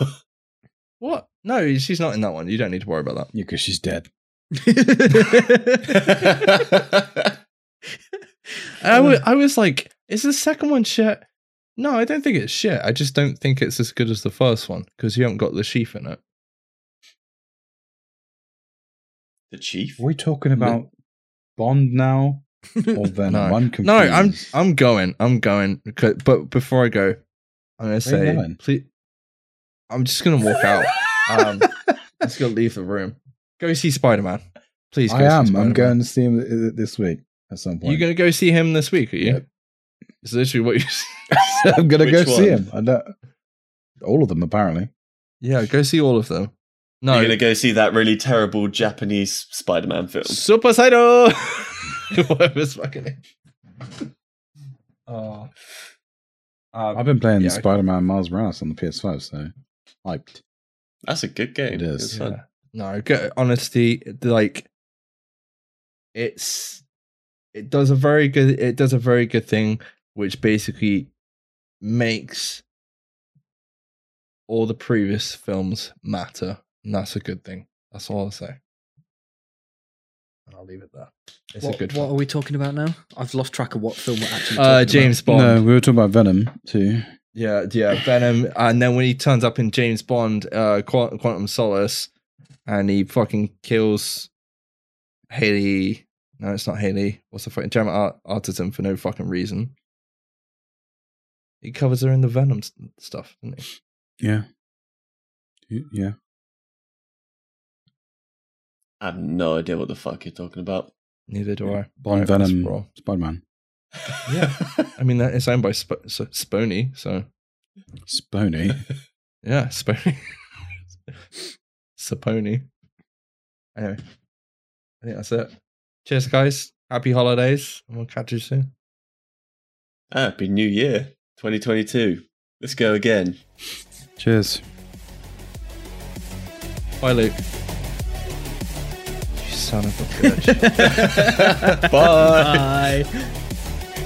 What? No, she's not in that one. You don't need to worry about Yeah, because she's dead. that. And I was, I was like, is the second one shit? No, I don't think it's shit. I just don't think it's as good as the first one because you haven't got the sheaf in it. the chief. Are we talking about Bond now or Venom? No. I'm confused. No, I'm I'm going. I'm going. Okay, But before I go, I'm gonna Where you say, going? please. I'm just gonna walk out. Um, I'm just gonna leave the room. Go see Spider Man, please. Go I see am. I'm Spider-Man. going to see him uh, this week at some point. You're gonna go see him this week, are you? Yep. It's literally what you. I'm gonna go Which see one? him. I don't, all of them apparently. yeah, go see all of them. No, You're gonna go see that really terrible Japanese Spider-Man film. Super Saido. Whatever's fucking. name. Oh. Um, I've been playing yeah, I- Spider-Man Miles Morales on the PS5, so hyped. That's a good game. It is. It's fun. Yeah. No, go- honesty, like it's it does a very good it does a very good thing, which basically makes all the previous films matter, and that's a good thing. That's all I'll say. And I'll leave it there. It's what, a good what are film. we talking about now? I've lost track of what film we're actually. Talking Uh, about. James Bond. No, we were talking about Venom too. Yeah, yeah, Venom, and then when he turns up in James Bond, uh, Quantum, Quantum Solace, and he fucking kills Haley. No, it's not Haley. What's the fucking Gemma Art- Artisan for no fucking reason? He covers her in the Venom s- stuff, doesn't he? Yeah. Y- Yeah. I have no idea what the fuck you're talking about. Neither do I. Bond, Right, let's Venom, roll. Spider Man. Yeah. I mean, that is owned by Sp- so, Spony, so Spony. yeah, Spony. Sapony. Anyway, I think that's it. Cheers, guys. Happy holidays, and we'll catch you soon. Happy New Year 2022. Let's go again. Cheers. Bye, Luke. You son of a bitch. Bye. Bye.